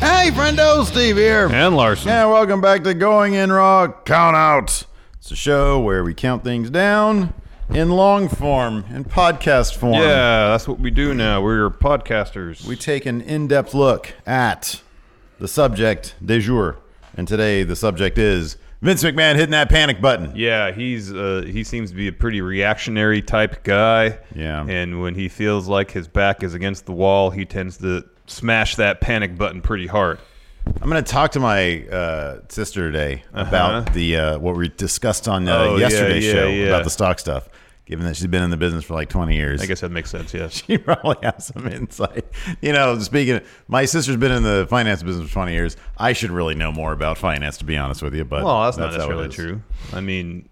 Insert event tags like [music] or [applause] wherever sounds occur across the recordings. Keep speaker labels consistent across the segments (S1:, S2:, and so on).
S1: Hey, friendo, Steve here.
S2: And Larson.
S1: And welcome back to Going In Raw Count Out. It's a show where we count things down in long form and podcast form.
S2: Yeah, that's what we do now. We're your podcasters.
S1: We take an in depth look at the subject de jour. And today, the subject is Vince McMahon hitting that panic button.
S2: yeah, he's uh, he seems to be a pretty reactionary type guy.
S1: Yeah.
S2: And when he feels like his back is against the wall, he tends to smash that panic button pretty hard.
S1: I'm going to talk to my uh, sister today about the uh, what we discussed on uh,
S2: Uh-huh. Oh, yeah,
S1: yesterday's
S2: yeah,
S1: show
S2: yeah.
S1: about the stock stuff, given that she's been in the business for like 20 years.
S2: I guess that makes sense. Yes.
S1: [laughs] she probably has some insight. You know, speaking, of, my sister's been in the finance business for 20 years. I should really know more about finance, to be honest with you. But
S2: [laughs] Well, that's, not
S1: how it
S2: necessarily
S1: is.
S2: true. I mean,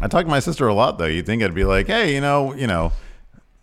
S1: I talk to my sister a lot, though. You'd think I'd be like, hey, you know, you know,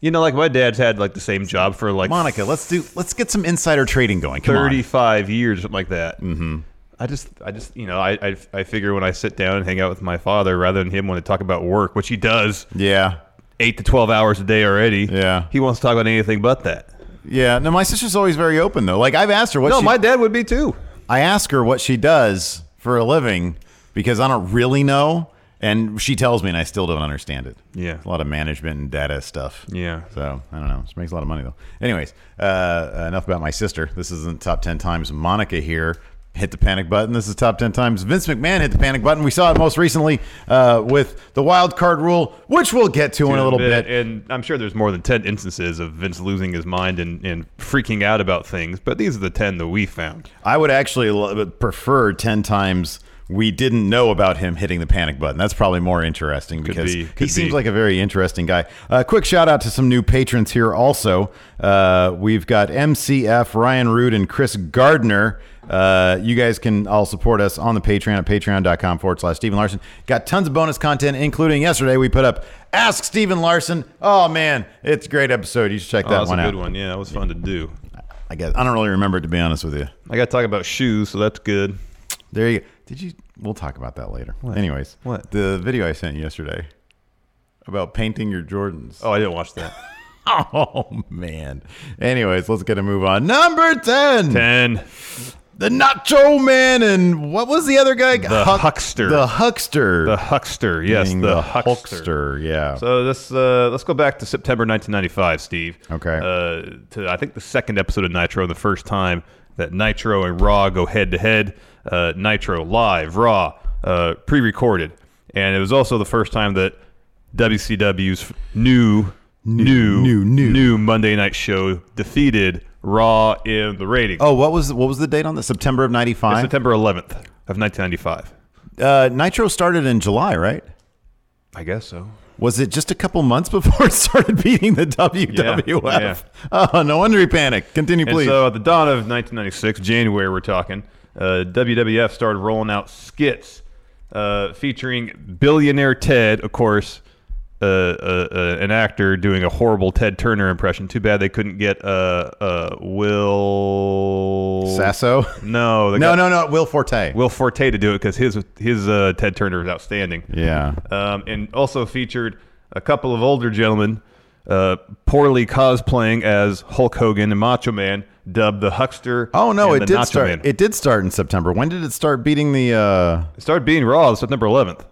S2: you know, like my dad's had like the same job for like
S1: Monica, let's do, let's get some insider trading going. Come on.
S2: 35 years, something like that. Mm-hmm. I just, I just, you know, I, I, I figure when I sit down and hang out with my father, rather than him want to talk about work, which he does,
S1: Yeah.
S2: eight to twelve hours a day already.
S1: Yeah.
S2: he wants to talk about anything but that.
S1: Yeah. No, my sister's always very open, though. Like, I've asked her what
S2: No,
S1: she,
S2: my dad would be too.
S1: I ask her what she does for a living because I don't really know. And she tells me, and I still don't understand it.
S2: Yeah.
S1: a lot of management and data stuff.
S2: Yeah.
S1: So I don't know. She makes a lot of money though. Anyways, uh, enough about my sister. This isn't top ten times Monica here hit the panic button. This is top ten times Vince McMahon hit the panic button. We saw it most recently uh, with the wild card rule, which we'll get to in a little bit.
S2: and I'm sure there's more than ten instances of Vince losing his mind and, and freaking out about things, but these are the ten that we found.
S1: I would actually lo- uh, prefer 10 times we didn't know about him hitting the panic button. That's probably more interesting because
S2: be,
S1: he
S2: could
S1: seems
S2: be.
S1: like a very interesting guy. Uh, quick shout out to some new patrons here also. Uh, we've got MCF, Ryan Root, and Chris Gardner. Uh, you guys can all support us on the Patreon at patreon.com forward slash Stephen Larson. Got tons of bonus content, including yesterday we put up Ask Stephen Larson. Oh, man, it's a great episode. You should check
S2: Oh,
S1: that
S2: that's
S1: one
S2: a
S1: out.
S2: good one. Yeah, that was fun to do.
S1: I guess I don't really remember it, to be honest with you.
S2: I got to talk about shoes, so that's good.
S1: There you go. Did you? We'll talk about that later. Anyways,
S2: What?
S1: the video I sent you yesterday about painting your Jordans?
S2: Oh, I didn't watch that.
S1: [laughs] Oh, man. Anyways, let's get a move on. Number ten,
S2: ten.
S1: the Nacho Man, and what was the other guy?
S2: The Huckster.
S1: The Huckster.
S2: The huckster, yes,
S1: Being
S2: the, huckster.
S1: Yeah.
S2: So this uh, let's go back to September 1995, Steve.
S1: Okay.
S2: Uh, to I think the second episode of Nitro, the first time that Nitro and Raw go head to head. Uh, Nitro live, Raw uh, pre-recorded, and it was also the first time that WCW's new new
S1: new, new.
S2: Monday Night Show defeated Raw in the ratings.
S1: oh, what was what was the date on the September of
S2: It's
S1: '95?
S2: September 11th of 1995.
S1: Uh, Nitro started in July, right?
S2: I guess so.
S1: Was it just a couple months [laughs] before it started beating the WWF? Oh, no wonder he panicked. Continue,
S2: And
S1: please.
S2: so at the dawn of 1996, January, we're talking, uh, WWF started rolling out skits uh, featuring billionaire Ted, of course, uh, uh, uh, an actor doing a horrible Ted Turner impression. Too bad they couldn't get uh, uh, Will
S1: Sasso.
S2: No, they
S1: [laughs] No, no,
S2: got
S1: no. Will Forte.
S2: Will Forte to do it because his his uh, Ted Turner was outstanding.
S1: Yeah.
S2: um, and also featured a couple of older gentlemen uh, poorly cosplaying as Hulk Hogan and Macho Man, dubbed the Huckster.
S1: Oh no,
S2: and
S1: it
S2: the
S1: did
S2: Nacho
S1: start.
S2: Man.
S1: It did start in September. When did it start beating the? uh [laughs]
S2: It started being Raw on September 11th,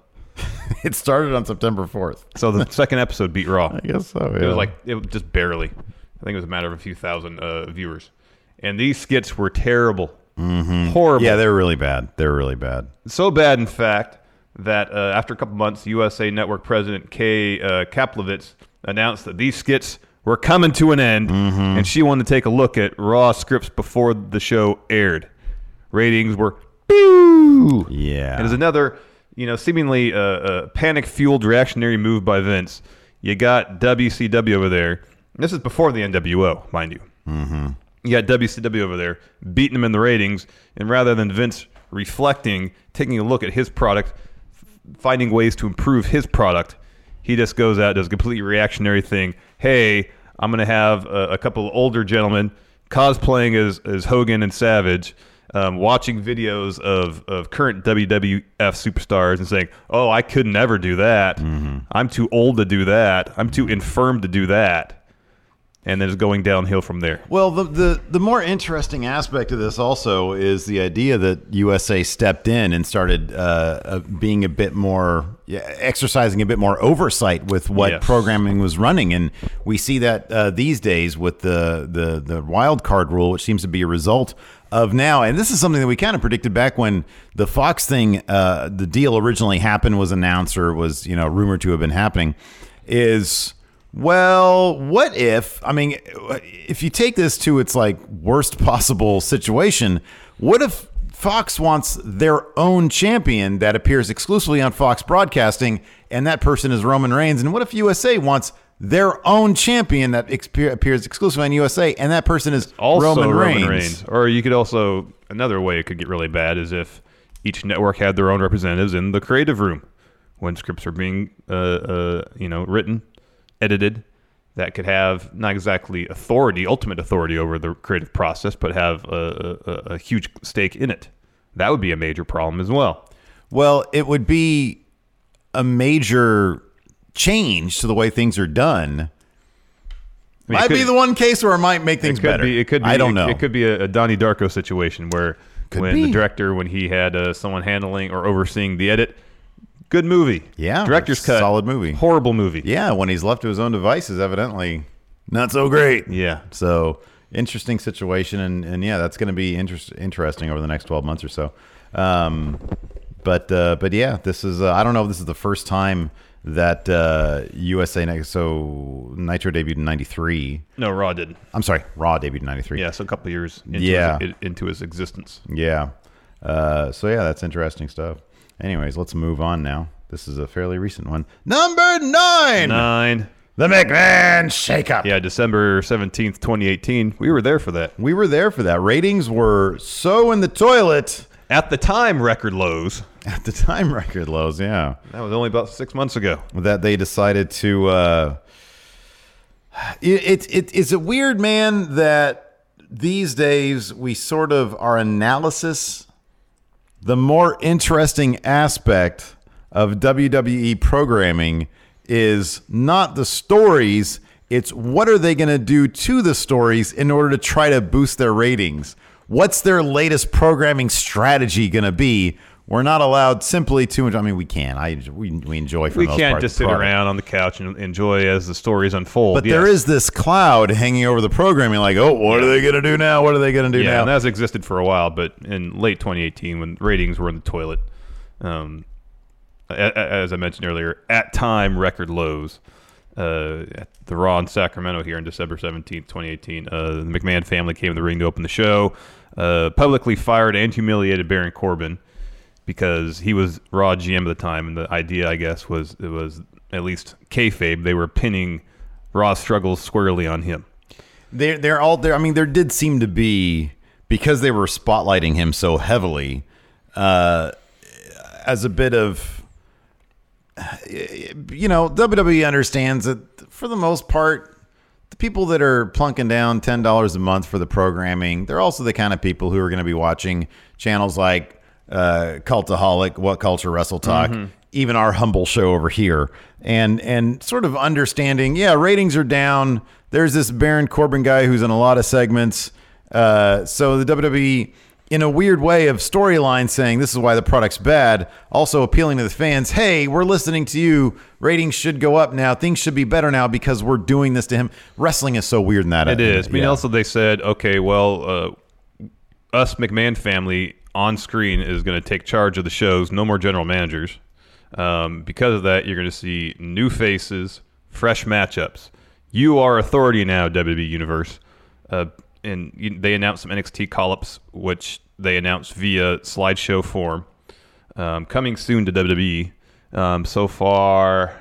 S1: It started on September fourth. [laughs]
S2: so the second episode beat Raw.
S1: I guess so.
S2: It was like it was just barely. I think it was a matter of a few thousand uh, viewers, and these skits were terrible, horrible.
S1: Mm-hmm. yeah, they're really bad. They're really bad.
S2: So bad, in fact, that uh, after a couple months, USA Network President Kay uh, Kaplowitz announced that these skits were coming to an end, and she wanted to take a look at raw scripts before the show aired. Ratings were pew,
S1: Yeah.
S2: and there's another you know, seemingly uh, uh, panic fueled reactionary move by Vince. You got WCW over there. And this is before the NWO, mind you. Mm-hmm. You got WCW over there beating them in the ratings, and rather than Vince reflecting, taking a look at his product, f- finding ways to improve his product, he just goes out does a completely reactionary thing. Hey, I'm gonna have a, a couple of older gentlemen cosplaying as, as Hogan and Savage, um, watching videos of, of current WWF superstars and saying, "Oh, I could never do that. I'm too old to do that. I'm too infirm to do that." And then it's going downhill from there.
S1: Well, the, the the more interesting aspect of this also is the idea that USA stepped in and started uh, uh, being a bit more yeah, exercising a bit more oversight with what
S2: Yes.
S1: programming was running, and we see that uh, these days with the the the wild card rule, which seems to be a result of now. And this is something that we kind of predicted back when the Fox thing, uh, the deal originally happened, was announced or was you know rumored to have been happening, is. Well, what if? I mean, if you take this to its like worst possible situation, what if Fox wants their own champion that appears exclusively on Fox broadcasting, and that person is Roman Reigns? And what if USA wants their own champion that expe- appears exclusively on USA, and that person is
S2: also
S1: Roman,
S2: Roman,
S1: Reigns?
S2: Reigns. Or you could also another way it could get really bad is if each network had their own representatives in the creative room when scripts are being uh, uh, you know written, edited. That could have not exactly authority, ultimate authority over the creative process, but have a, a, a- a huge stake in it. That would be a major problem as well.
S1: Well, it would be a major change to the way things are done.
S2: I mean, it
S1: might
S2: could-
S1: be the one case where it might make things
S2: it could
S1: better.
S2: Be, it could be.
S1: I don't
S2: it,
S1: know.
S2: It could be a, a Donnie Darko situation where
S1: Could
S2: when
S1: be.
S2: the director, when he had uh, someone handling or overseeing the edit, good movie.
S1: Yeah,
S2: director's
S1: it's a
S2: cut,
S1: solid movie.
S2: horrible movie.
S1: Yeah, when he's left to his own devices, evidently not so great.
S2: Yeah.
S1: So interesting situation, and, and yeah, that's going to be interest, interesting over the next twelve months or so. Um, but uh, but yeah, this is uh, I don't know if this is the first time that uh, USA Ni- so Nitro debuted in '93.
S2: No, Raw didn't.
S1: I'm sorry, Raw debuted in '93.
S2: Yeah, so a couple years. Into
S1: Yeah.
S2: his, into his existence.
S1: Yeah. Uh, so yeah, that's interesting stuff. Anyways, let's move on now. This is a fairly recent one. Number nine,
S2: Nine.
S1: the McMahon shakeup.
S2: Yeah, December seventeenth, twenty eighteen. We were there for that.
S1: We were there for that. Ratings were so in the toilet
S2: At the time, record lows.
S1: at the time record lows, yeah,
S2: That was only about six months ago.
S1: that they decided to. Uh, it, it, it is it weird, man, that these days we sort of our analysis, the more interesting aspect of WWE programming is not the stories. It's what are they going to do to the stories in order to try to boost their ratings? What's their latest programming strategy going to be? We're not allowed simply too much. I mean, we can. I we, we enjoy. For
S2: We
S1: the most
S2: can't
S1: part,
S2: just
S1: the
S2: sit
S1: product.
S2: around on the couch and enjoy as the stories unfold.
S1: But there
S2: Yes.
S1: is this cloud hanging over the programming, like, oh, what are they going to do now? What are they going to do
S2: Yeah,
S1: now?
S2: and that's existed for a while, but in late 2018, when ratings were in the toilet, um, a- a- as I mentioned earlier, at time record lows. Uh, at the Raw in Sacramento here on December 17th, 2018, uh, the McMahon family came to the ring to open the show, uh, publicly fired and humiliated Baron Corbin because he was Raw GM at the time, and the idea, I guess, was it was at least kayfabe. They were pinning Raw's struggles squarely on him.
S1: they're, they're all there. I mean, there did seem to be, because they were spotlighting him so heavily, uh, as a bit of, you know, WWE understands that for the most part, the people that are plunking down $10 a month for the programming, they're also the kind of people who are going to be watching channels like uh, Cultaholic, What Culture, Wrestle Talk, even our humble show over here, and and sort of understanding, yeah, ratings are down. There's this Baron Corbin guy who's in a lot of segments. Uh, so the WWE, in a weird way of storyline, saying this is why the product's bad, also appealing to the fans. Hey, we're listening to you. Ratings should go up now. Things should be better now because we're doing this to him. Wrestling is so weird in that.
S2: It is. I mean,
S1: yeah.
S2: also they said, okay, well, uh, us McMahon family on screen is going to take charge of the shows. No more general managers. Um, because of that, you're going to see new faces, fresh matchups. You are authority now, WWE Universe. Uh, and you, they announced some NXT call-ups, which they announced via slideshow form. um, coming soon to WWE. Um, so far,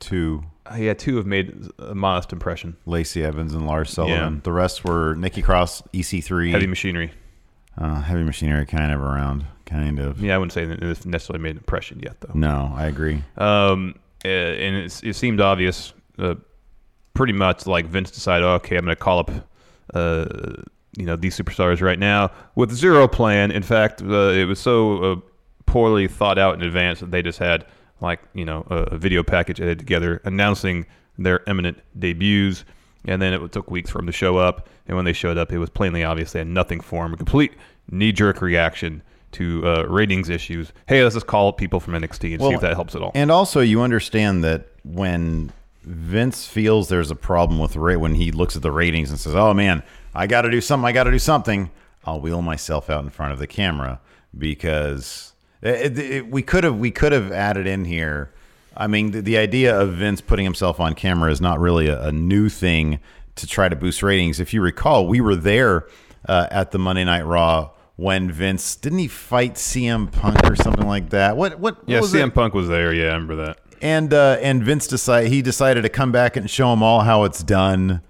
S1: Two.
S2: uh, yeah, two have made a modest impression.
S1: Lacey Evans and Lars Sullivan.
S2: Yeah.
S1: The rest were Nikki Cross, EC3,
S2: Heavy machinery.
S1: uh, heavy machinery, kind of around, kind of.
S2: Yeah, I wouldn't say that it's necessarily made an impression yet, though.
S1: No, I agree.
S2: Um, uh, and it's, it seemed obvious, uh, pretty much like Vince decided, okay, I'm going to call up, uh, you know, these superstars right now with zero plan. In fact, uh, it was so uh, poorly thought out in advance that they just had like you know a, a video package edited together announcing their imminent debuts. And then it took weeks for them to show up. And when they showed up, it was plainly obvious they had nothing for them. A complete knee jerk reaction to uh, ratings issues. Hey, let's just call people from NXT and see if that helps at all.
S1: And also, you understand that when Vince feels there's a problem with rate, when he looks at the ratings and says, "Oh man, I got to do something. I got to do something," I'll wheel myself out in front of the camera because it, it, it- we could have we could have added in here. I mean, the, the idea of Vince putting himself on camera is not really a, a new thing to try to boost ratings. If you recall, we were there uh, at the Monday Night Raw when Vince didn't he fight CM Punk or something like that. What what, what
S2: yeah,
S1: was it?
S2: CM Punk was there. Yeah, I remember that.
S1: and uh, and Vince decided he decided to come back and show them all how it's done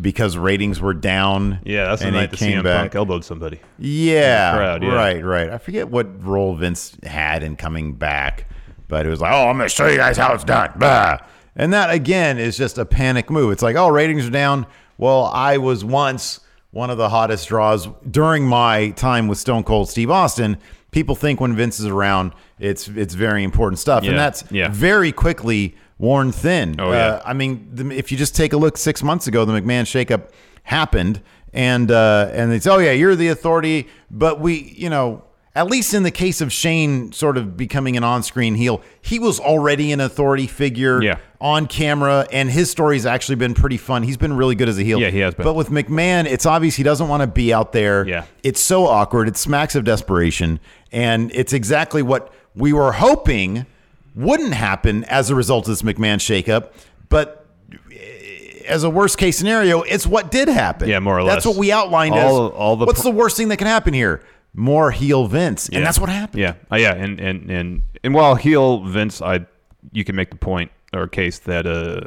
S1: because ratings were down.
S2: Yeah, that's the
S1: and he
S2: night that
S1: came
S2: CM Punk elbowed somebody.
S1: yeah,
S2: crowd, yeah.
S1: right, right. I forget what role Vince had in coming back, but it was like, oh, I'm going to show you guys how it's done. Bah. And that again is just a panic move. It's like, oh, ratings are down. Well, I was once one of the hottest draws during my time with Stone Cold Steve Austin. People think when Vince is around, it's it's very important stuff,
S2: Yeah,
S1: and that's
S2: yeah.
S1: very quickly worn thin.
S2: Oh, yeah.
S1: Uh, I mean, the, if you just take a look, six months ago, the McMahon shakeup happened, and uh, and they say, "Oh yeah, you're the authority," but we, you know, at least in the case of Shane, sort of becoming an on-screen heel, he was already an authority figure
S2: Yeah.
S1: on camera, and his story's actually been pretty fun. He's been really good as a heel.
S2: Yeah, he has been.
S1: But with McMahon, it's obvious he doesn't want to be out there.
S2: Yeah.
S1: It's so awkward. It smacks of desperation. And it's exactly what we were hoping wouldn't happen as a result of this McMahon shakeup. But eh, as a worst case scenario, it's what did happen.
S2: Yeah, more or
S1: That's
S2: less.
S1: what we outlined
S2: All-
S1: as
S2: all the
S1: what's
S2: pro-
S1: the worst thing that can happen here? More heel Vince. And
S2: Yeah.
S1: that's what happened.
S2: Yeah, uh, yeah, and and and and while heel Vince, I you can make the point or case that uh,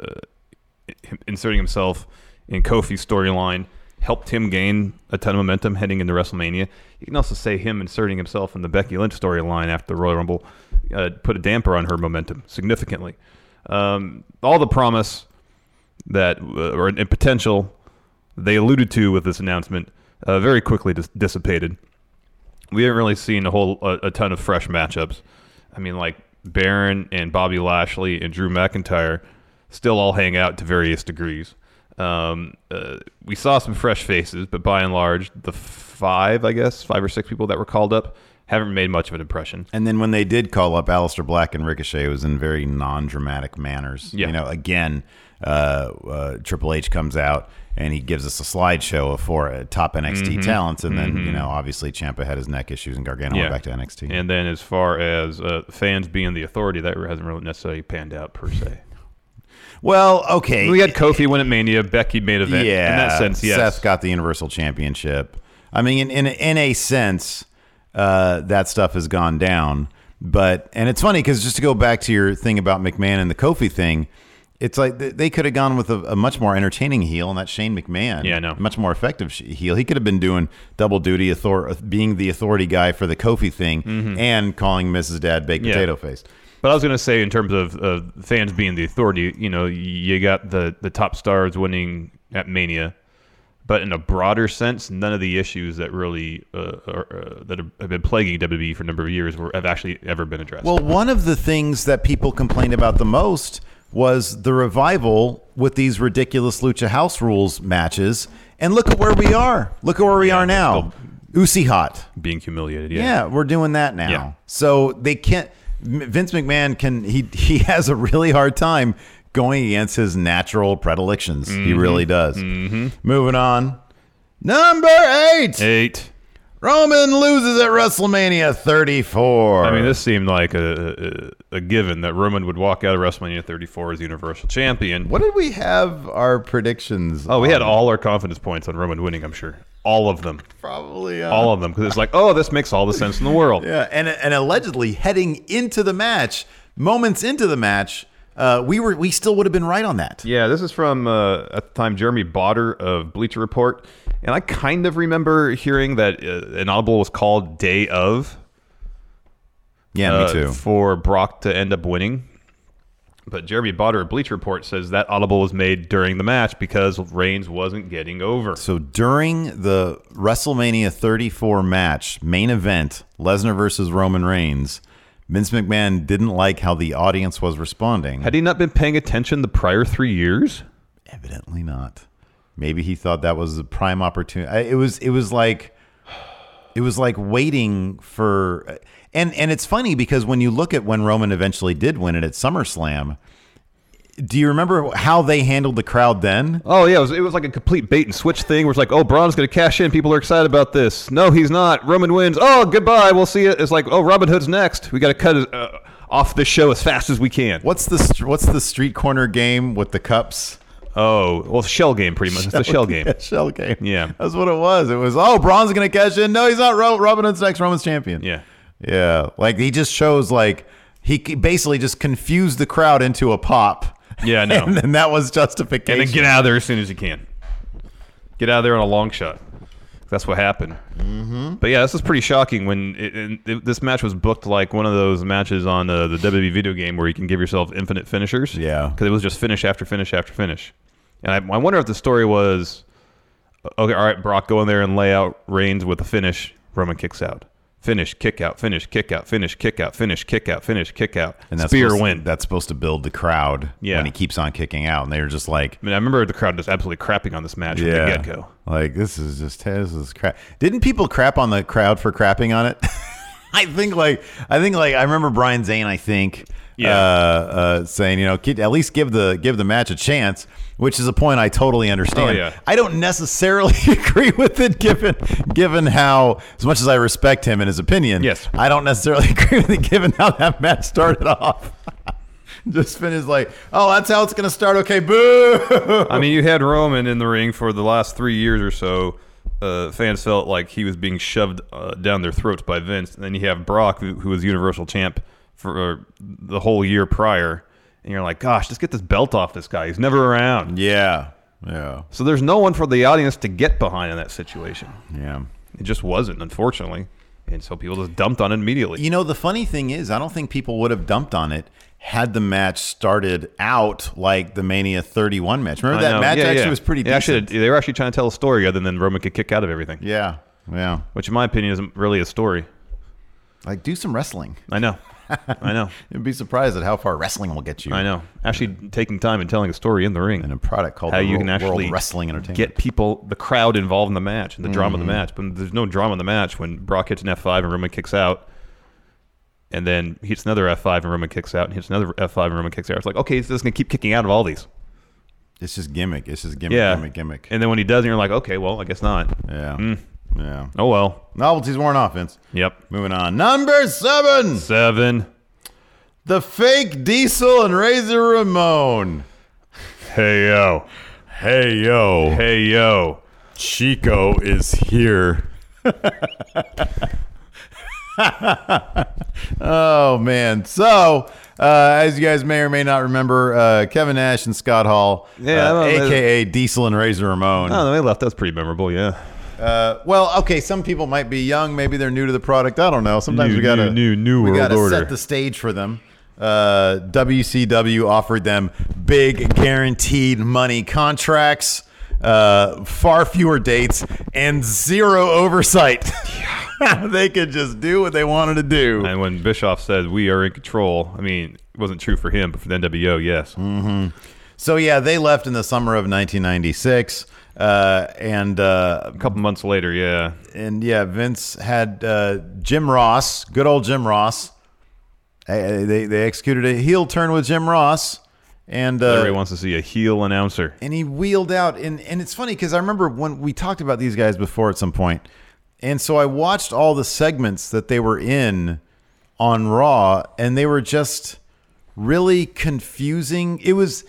S2: him- inserting himself in Kofi's storyline helped him gain a ton of momentum heading into WrestleMania. You can also say him inserting himself in the Becky Lynch storyline after the Royal Rumble uh, put a damper on her momentum significantly. Um, all the promise that uh, or and potential they alluded to with this announcement uh, very quickly dis- dissipated we haven't really seen a whole a, a ton of fresh matchups. I mean, like Baron and Bobby Lashley and Drew McIntyre still all hang out to various degrees. Um, uh, we saw some fresh faces, but by and large, the five, I guess, five or six people that were called up haven't made much of an impression.
S1: And then when they did call up Alistair Black and Ricochet, it was in very non-dramatic manners.
S2: Yeah.
S1: You know, again, uh, uh, Triple H comes out and he gives us a slideshow of four uh, top NXT
S2: Mm-hmm.
S1: talents, and then you know, obviously Champa had his neck issues and Gargano went back to NXT.
S2: And then as far as uh, fans being the authority, that hasn't really necessarily panned out per se.
S1: well, okay,
S2: We had Kofi win at Mania, Becky made event.
S1: yeah.
S2: in that sense, yes.
S1: Seth got the Universal Championship. I mean, in in, in a sense, uh, that stuff has gone down. But and it's funny because just to go back to your thing about McMahon and the Kofi thing, it's like they, they could have gone with a, a much more entertaining heel, and that's Shane McMahon.
S2: Yeah, I know.
S1: Much more effective sh- heel. He could have been doing double duty, author- being the authority guy for the Kofi thing, and calling Mrs. Dad baked
S2: Mm-hmm. Yeah.
S1: potato face.
S2: But I was going to say, in terms of uh, fans being the authority, you know, you got the, the top stars winning at Mania, but in a broader sense, none of the issues that really uh, are, uh, that have been plaguing WWE for a number of years were, have actually ever been addressed.
S1: Well, one of the things that people complained about the most was the revival with these ridiculous Lucha House Rules matches. And look at where we are. Look at where we are now. Usi hot.
S2: being humiliated, yeah.
S1: Yeah, we're doing that now.
S2: Yeah.
S1: So they can't. M- Vince McMahon can. He [laughs] he has a really hard time going against his natural predilections. He
S2: Mm-hmm.
S1: really does. Moving on. Number eight.
S2: Eight.
S1: Roman loses at WrestleMania 34.
S2: I mean, this seemed like a, a, a given that Roman would walk out of WrestleMania 34 as the Universal Champion.
S1: What did we have our predictions?
S2: Oh, we had
S1: on?
S2: all our confidence points on Roman winning, I'm sure. all of them,
S1: Probably. Uh,
S2: all of them, because it's like, oh, this makes all the sense in the world.
S1: Yeah, and and allegedly heading into the match, moments into the match, uh, we were we still would have been right on that.
S2: Yeah, this is from uh, at the time Jeremy Botter of Bleacher Report, and I kind of remember hearing that uh, an audible was called day of
S1: Yeah,
S2: uh, for Brock to end up winning. But Jeremy Botter of Bleacher Report says that audible was made during the match because Reigns wasn't getting over.
S1: So during the WrestleMania 34 match main event, Lesnar versus Roman Reigns, Vince McMahon didn't like how the audience was responding.
S2: Had he not been paying attention the prior three years?
S1: Evidently not. Maybe he thought that was the prime opportunity. I- It was. It was like. It was like waiting for, and and it's funny because when you look at when Roman eventually did win it at SummerSlam, do you remember how they handled the crowd then?
S2: Oh yeah, it was, it was like a complete bait and switch thing. Where it's like, oh, Braun's gonna cash in. People are excited about this. No, he's not. Roman wins. Oh, goodbye. We'll see it. It's like, oh, Robin Hood's next. We gotta cut his, uh, off this show as fast as we can.
S1: What's the str- what's the street corner game with the cups? [laughs]
S2: Oh, well, shell game pretty much. It's the shell game.
S1: Shell game.
S2: Yeah.
S1: that's what it was. It was oh, Braun's gonna cash in. No, he's not. Ro- Robin Hood's next Roman's champion.
S2: Yeah.
S1: yeah. Like he just shows like he c- basically just confused the crowd into a pop.
S2: Yeah, I know.
S1: [laughs] and then that was
S2: [laughs] and
S1: justification.
S2: then get out of there as soon as you can. Get out of there on a long shot. That's what happened. Mm-hmm. But yeah, this is pretty shocking when it, and it, this match was booked like one of those matches on uh, the WWE video game where you can give yourself infinite finishers.
S1: Yeah.
S2: because it was just finish after finish after finish. And I, I wonder if the story was okay. All right, Brock, go in there and lay out Reigns with a finish. Roman kicks out. Finish, kick out, finish, kick out, finish, kick out, finish, kick out, finish, kick out.
S1: and that's
S2: Spear
S1: supposed,
S2: win.
S1: That's supposed to build the crowd.
S2: Yeah.
S1: when he keeps on kicking out, and they were just like,
S2: I mean, I remember the crowd just absolutely crapping on this match from the
S1: yeah,
S2: get go.
S1: like this is just this is crap. Didn't people crap on the crowd for crapping on it? [laughs] I think like I think like I remember Brian Zane. I think
S2: Yeah.
S1: uh, uh, saying you know "Kid, at least give the give the match a chance, which is a point I totally understand.
S2: Oh, yeah.
S1: I don't necessarily [laughs] agree with it given given how as much as I respect him and his opinion.
S2: Yes.
S1: I don't necessarily [laughs] agree with it given how that match started [laughs] off. Just Finn is like, oh, that's how it's gonna start. Okay, boo. [laughs]
S2: I mean, you had Roman in the ring for the last three years or so. Uh, fans felt like he was being shoved uh, down their throats by Vince. And then you have Brock, who, who was Universal Champ for uh, the whole year prior. And you're like, gosh, just get this belt off this guy. He's never around.
S1: Yeah, yeah,
S2: So there's no one for the audience to get behind in that situation.
S1: yeah.
S2: It just wasn't, unfortunately. And so people just dumped on it immediately.
S1: You know, the funny thing is, I don't think people would have dumped on it had the match started out like the Mania 31 match. Remember
S2: I
S1: that
S2: know.
S1: match
S2: Yeah,
S1: actually
S2: yeah.
S1: was pretty
S2: Yeah, actually,
S1: decent.
S2: they were actually trying to tell a story other than Roman could kick out of everything,
S1: yeah, yeah.
S2: which, in my opinion, isn't really a story.
S1: Like, do some wrestling. [laughs]
S2: I know. I know.
S1: You'd be surprised at how far wrestling will get you.
S2: I know. Actually, taking time and telling a story in the ring.
S1: In a product called
S2: how
S1: the
S2: you
S1: World-
S2: can actually
S1: World Wrestling Entertainment. Mm-hmm.
S2: get people, the crowd involved in the match and the drama of the match. But there's no drama in the match when Brock hits an F5 and Roman kicks out, and then hits another F5 and Roman kicks out, and hits another F5 and Roman kicks out. It's like, okay, he's just going to keep kicking out of all these.
S1: It's just gimmick. It's just gimmick,
S2: Yeah.
S1: gimmick, gimmick.
S2: And then when he doesn't, you're like, okay, well, I guess not.
S1: yeah. Yeah.
S2: Oh, well.
S1: Novelty's worn off, Vince.
S2: Yep.
S1: Moving on. Number seven
S2: Seven.
S1: the fake Diesel and Razor Ramon.
S2: Hey, yo.
S1: Hey, yo.
S2: Hey, yo.
S1: Chico is here. oh man! So, uh, as you guys may or may not remember, uh, Kevin Nash and Scott Hall,
S2: Yeah,
S1: uh,
S2: I don't-
S1: aka Diesel and Razor Ramon.
S2: Oh, they left. That's pretty memorable, yeah.
S1: Uh, well, okay, some people might be young, maybe they're new to the product. I don't know. Sometimes
S2: New-
S1: we gotta
S2: new- new- new
S1: we
S2: world
S1: gotta
S2: order.
S1: set the stage for them. Uh, WCW offered them big guaranteed money contracts, uh, far fewer dates, and zero oversight. [laughs] they could just do what they wanted to do.
S2: And when Bischoff said we are in control, I mean, it wasn't true for him, but for the NWO, yes.
S1: So yeah, they left in the summer of 1996, uh, and uh,
S2: A couple months later, yeah.
S1: and yeah, Vince had uh, Jim Ross, good old Jim Ross. They, they, they executed a heel turn with Jim Ross, and
S2: Larry
S1: uh,
S2: wants to see a heel announcer.
S1: and he wheeled out and and it's funny because I remember when we talked about these guys before at some point, and so I watched all the segments that they were in on Raw, and they were just really confusing. It was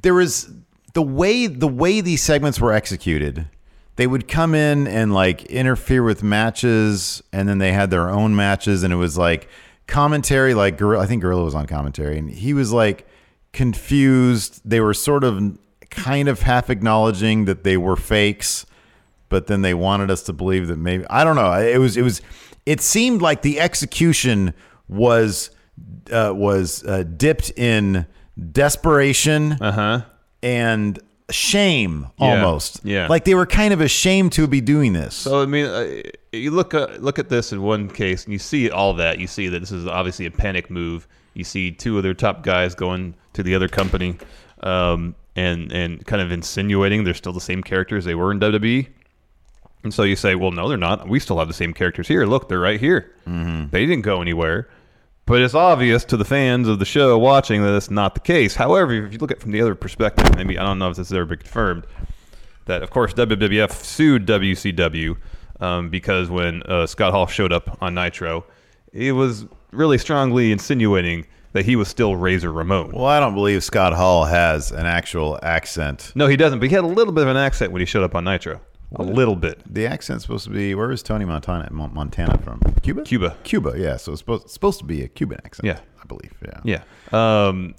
S1: there was the way the way these segments were executed they would come in and like interfere with matches, and then they had their own matches, and it was like commentary. Like Gorilla, I think Gorilla was on commentary, and he was like confused. They were sort of kind of half acknowledging that they were fakes, but then they wanted us to believe that maybe I don't know. It was it was it seemed like the execution was uh, was uh, dipped in desperation
S2: Uh-huh.
S1: and shame almost.
S2: yeah.
S1: like they were kind of ashamed to be doing this.
S2: So I mean, uh, you look uh, look at this in one case, and you see all that. You see that this is obviously a panic move. You see two of their top guys going to the other company, um, and and kind of insinuating they're still the same characters they were in WWE. And so you say, well, no, they're not. We still have the same characters here. Look, they're right here. They didn't go anywhere. But it's obvious to the fans of the show watching that that's not the case. However, if you look at it from the other perspective, maybe I don't know if this has ever been confirmed, that of course WWF sued WCW um, because when uh, Scott Hall showed up on Nitro, it was really strongly insinuating that he was still Razor Ramon.
S1: well, I don't believe Scott Hall has an actual accent.
S2: no, he doesn't. But he had a little bit of an accent when he showed up on Nitro. A little bit.
S1: The accent's supposed to be where is Tony Montana Mon- Montana from? Cuba?
S2: Cuba.
S1: Cuba, yeah. So it's supposed, supposed to be a Cuban accent.
S2: Yeah.
S1: I believe. Yeah.
S2: Yeah. Um,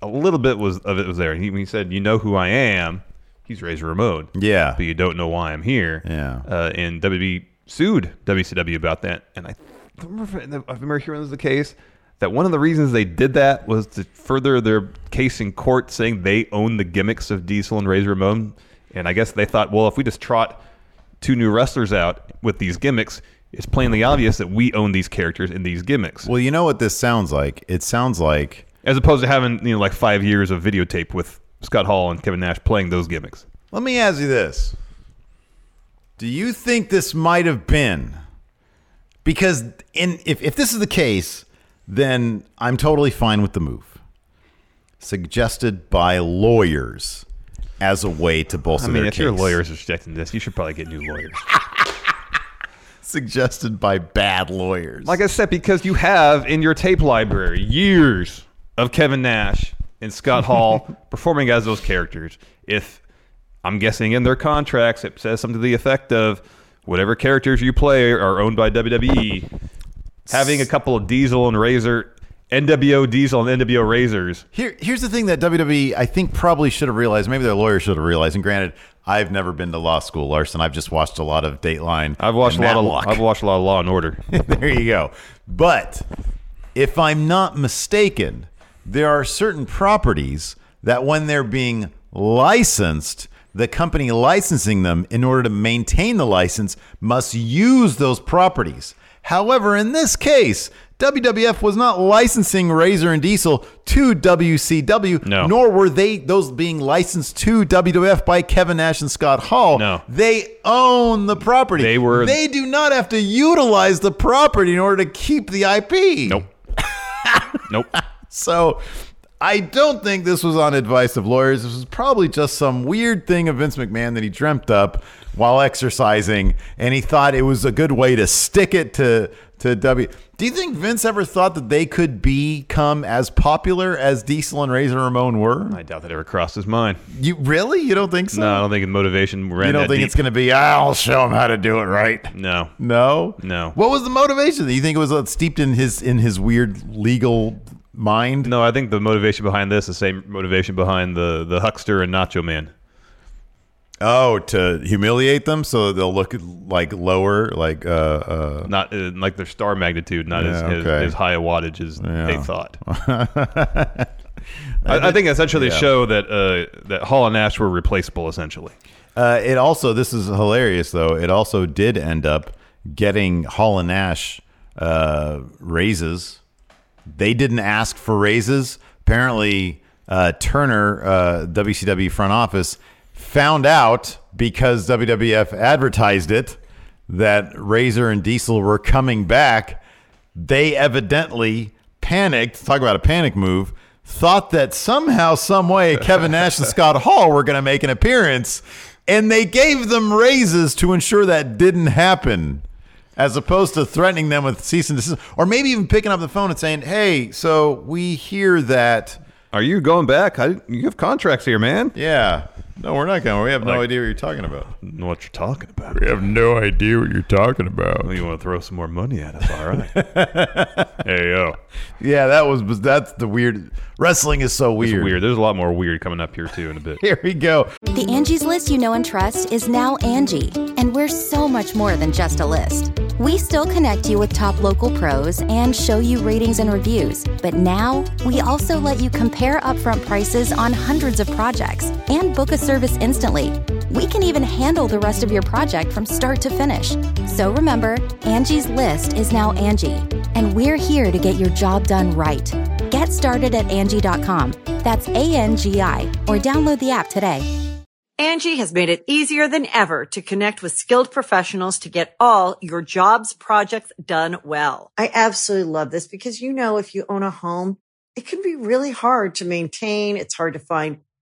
S2: a little bit was of it was there. He, when he said, "You know who I am," he's Razor Ramon.
S1: Yeah.
S2: But you don't know why I'm here.
S1: Yeah.
S2: Uh, and WB sued WCW about that, and I I remember, I remember hearing this was the case that one of the reasons they did that was to further their case in court, saying they own the gimmicks of Diesel and Razor Ramon. And I guess they thought, well, if we just trot two new wrestlers out with these gimmicks, it's plainly obvious that we own these characters and these gimmicks
S1: Well, you know what this sounds like? It sounds like
S2: as opposed to having you know like five years of videotape with Scott Hall and Kevin Nash playing those gimmicks.
S1: Let me ask you this. Do you think this might have been? Because in if, if this is the case, then I'm totally fine with the move. Suggested by lawyers as a way to bolster
S2: I mean,
S1: their
S2: if your
S1: case.
S2: lawyer's rejecting this, you should probably get new lawyers.
S1: [laughs] Suggested by bad lawyers.
S2: like I said, because you have in your tape library years of Kevin Nash and
S1: [laughs]
S2: Scott Hall performing as those characters. If I'm guessing in their contracts, it says something to the effect of whatever characters you play are owned by WWE. Having a couple of Diesel and Razor, NWO Diesel and NWO Razors
S1: Here, here's the thing that WWE, I think, probably should have realized. Maybe their lawyer should have realized. And granted, I've never been to law school, Larson. I've just watched a lot of Dateline.
S2: I've watched
S1: and
S2: a lot of
S1: Matlock.
S2: I've watched a lot of Law and Order.
S1: [laughs] there you go. But if I'm not mistaken, there are certain properties that when they're being licensed, the company licensing them in order to maintain the license must use those properties. However, in this case, WWF was not licensing Razor and Diesel to WCW,
S2: No.
S1: nor were they those being licensed to WWF by Kevin Nash and Scott Hall.
S2: No.
S1: They own the property.
S2: They were-
S1: They do not have to utilize the property in order to keep the IP.
S2: Nope. [laughs] nope.
S1: So I don't think this was on advice of lawyers. This was probably just some weird thing of Vince McMahon that he dreamt up while exercising, and he thought it was a good way to stick it to to W. Do you think Vince ever thought that they could become as popular as Diesel and Razor Ramon were?
S2: I doubt that ever crossed
S1: [laughs]
S2: his mind.
S1: You really? You don't think so?
S2: No, I don't think his motivation ran
S1: You don't
S2: that
S1: think
S2: deep.
S1: it's going to be? I'll show him how to do it right.
S2: No.
S1: No,
S2: No.
S1: What was the motivation? You think it was uh, steeped in his in his weird legal mind?
S2: No, I think the motivation behind this is the same motivation behind the the Huckster and Nacho Man.
S1: Oh, to humiliate them so that they'll look like lower, like uh, uh
S2: Not uh, like their star magnitude, not as,
S1: Yeah,
S2: as,
S1: okay.
S2: as high a wattage as they
S1: Yeah. [laughs]
S2: thought. I, I think essentially they show that uh, that Hall and Nash were replaceable. Essentially,
S1: Uh, it also, this is hilarious though. It also did end up getting Hall and Nash uh, raises. They didn't ask for raises. Apparently, uh, Turner, uh, WCW front office, found out because WWF advertised it that Razor and Diesel were coming back. They evidently panicked. Talk about a panic move. Thought that somehow, some way, Kevin Nash and Scott Hall were going to make an appearance, and they gave them raises to ensure that didn't happen, as opposed to threatening them with cease and desist, or maybe even picking up the phone and saying, "Hey, so we hear that,
S2: are you going back? I, you have contracts here, man.
S1: [laughs] yeah." No, we're not going. We have no
S2: Like-
S1: idea what you're talking about.
S2: Know what you're talking about?
S1: We have no idea what you're talking about.
S2: Well, you want to throw some more money at us? All right.
S1: [laughs]
S2: hey yo,
S1: Yeah, that was was- that's the weird. Wrestling is so
S2: it's
S1: weird.
S2: weird. There's a lot more weird coming up here too in a bit.
S1: [laughs] Here we go.
S3: The Angie's List you know and trust is now Angie, and we're so much more than just a list. We still connect you with top local pros and show you ratings and reviews, but now we also let you compare upfront prices on hundreds of projects and book a service instantly. We can even handle the rest of your project from start to finish. So remember, Angie's List is now Angie, and we're here to get your job done right. Get started at Angie.com. That's A N G I, or download the app today.
S4: Angie has made it easier than ever to connect with skilled professionals to get all your jobs projects done well. I absolutely love this because, you know, if you own a home, it can be really hard to maintain. It's hard to find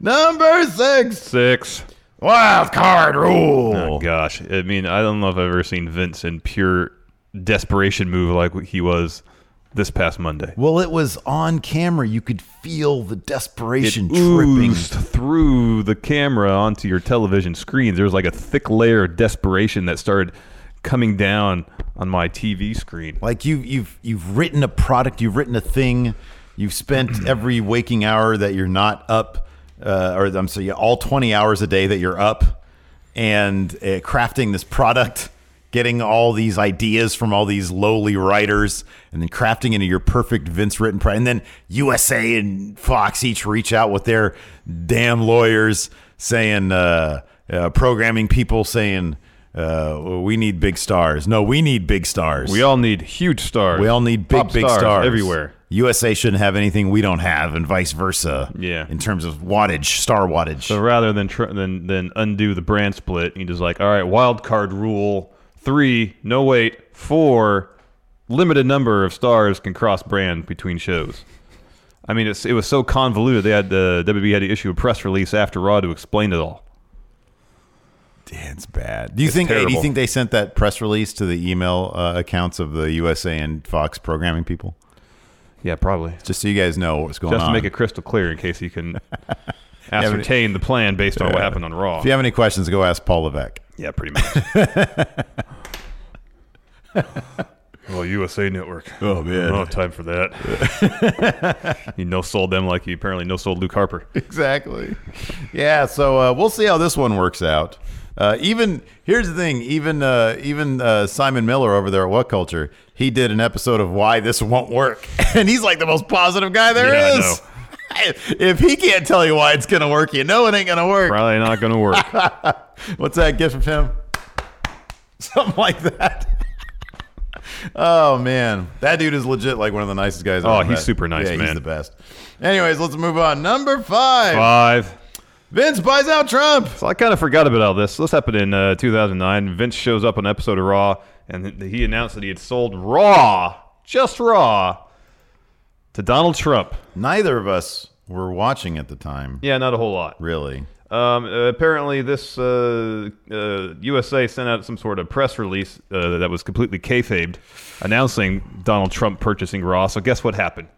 S1: Number six,
S2: Six.
S1: wild card rule.
S2: Oh gosh, I mean, I don't know if I've ever seen Vince in pure desperation move like he was this past Monday.
S1: Well, it was on camera. You could feel the
S2: It
S1: desperation tripping.
S2: oozed through the camera onto your television screens. There was like a thick layer of desperation that started coming down on my TV screen.
S1: Like you, you've you've written a product. You've written a thing. You've
S2: [clears throat]
S1: spent every waking hour that you're not up, uh, or I'm sorry, all 20 hours a day that you're up, and uh, crafting this product, getting all these ideas from all these lowly writers, and then crafting into your perfect Vince written product. And then USA and Fox each reach out with their damn lawyers saying, uh, uh, programming people saying. Uh, we need big stars. No, we need big stars.
S2: We all need huge stars.
S1: We all need big,
S2: Pop
S1: big stars,
S2: everywhere.
S1: USA shouldn't have anything we don't have, and vice versa.
S2: Yeah.
S1: In terms of wattage, star wattage.
S2: So rather than tr- than than undo the brand split, you just like, all right, wild card rule three. No wait, four. Limited number of stars can cross brand between shows. I mean, it's, it was so convoluted. They had uh, WB had to issue a press release after Raw to explain it all.
S1: Yeah, it's bad. Do you think? hey, do you
S2: terrible.
S1: think they sent that press release to the email uh, accounts of the USA and Fox programming people?
S2: Yeah, probably.
S1: Just so you guys know what's going
S2: Just
S1: on.
S2: to make it crystal clear, in case you can
S1: but-
S2: ascertain the plan based on what happened on Raw.
S1: if you have any questions, go ask Paul Levesque.
S2: Yeah, pretty much. well, USA Network.
S1: Oh, man.
S2: I don't have time for that. [laughs] you no sold them like you apparently no sold Luke Harper.
S1: exactly. Yeah, so uh, we'll see how this one works out. Uh, even here's the thing, even uh, even uh, Simon Miller over there at What Culture, he did an episode of Why This Won't Work, [laughs] and he's like the most positive guy there
S2: Yeah, I
S1: is.
S2: know.
S1: [laughs] If he can't tell you why it's gonna work, you know it ain't gonna work.
S2: Probably not going to work.
S1: What's that gift from him? [laughs] Something like that. oh man, that dude is legit like one of the nicest guys. I've
S2: Oh,
S1: ever
S2: he's
S1: met.
S2: super nice,
S1: yeah, He's
S2: man.
S1: the best. Anyways, let's move on. Number five.
S2: [laughs] Five.
S1: Vince buys out Trump.
S2: So I kind of forgot about all this. This happened in uh, 2009. Vince shows up on an episode of Raw, and th- he announced that he had sold Raw, just Raw, to Donald Trump.
S1: Neither of us were watching at the time,
S2: Yeah, not a whole
S1: [laughs]
S2: lot.
S1: really.
S2: Um, uh, apparently, this uh, uh, USA sent out some sort of press release uh, that was completely kayfabed, announcing Donald Trump purchasing Raw. So guess what happened?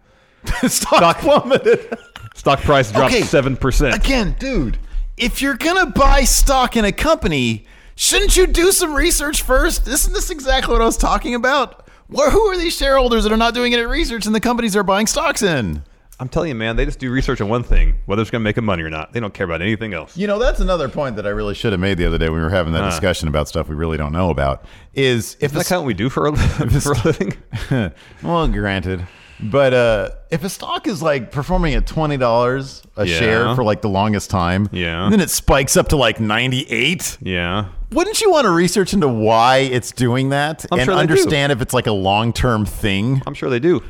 S1: Stock [laughs] plummeted.
S2: Stock price dropped
S1: Okay.
S2: seven percent.
S1: Again, dude, if you're going to buy stock in a company, shouldn't you do some research first? Isn't this exactly what I was talking about? Where, who are these shareholders that are not doing any research in the companies they're buying stocks in?
S2: I'm telling you, man, they just do research on one thing, whether it's going to make them money or not. They don't care about anything else.
S1: You know, that's another point that I really should have made the other day when we were having that
S2: Huh.
S1: discussion about stuff we really don't know about. Is if
S2: Isn't that
S1: a
S2: kind of what we do for
S1: [laughs]
S2: a, for a living?
S1: well, granted. But uh, if a stock is like performing at twenty dollars a
S2: Yeah.
S1: share for like the longest time,
S2: Yeah.
S1: and then it spikes up to like ninety eight,
S2: Yeah.
S1: wouldn't you want to research into why it's doing that
S2: I'm
S1: and
S2: sure they do.
S1: understand if it's like a long term thing?
S2: I'm sure they do.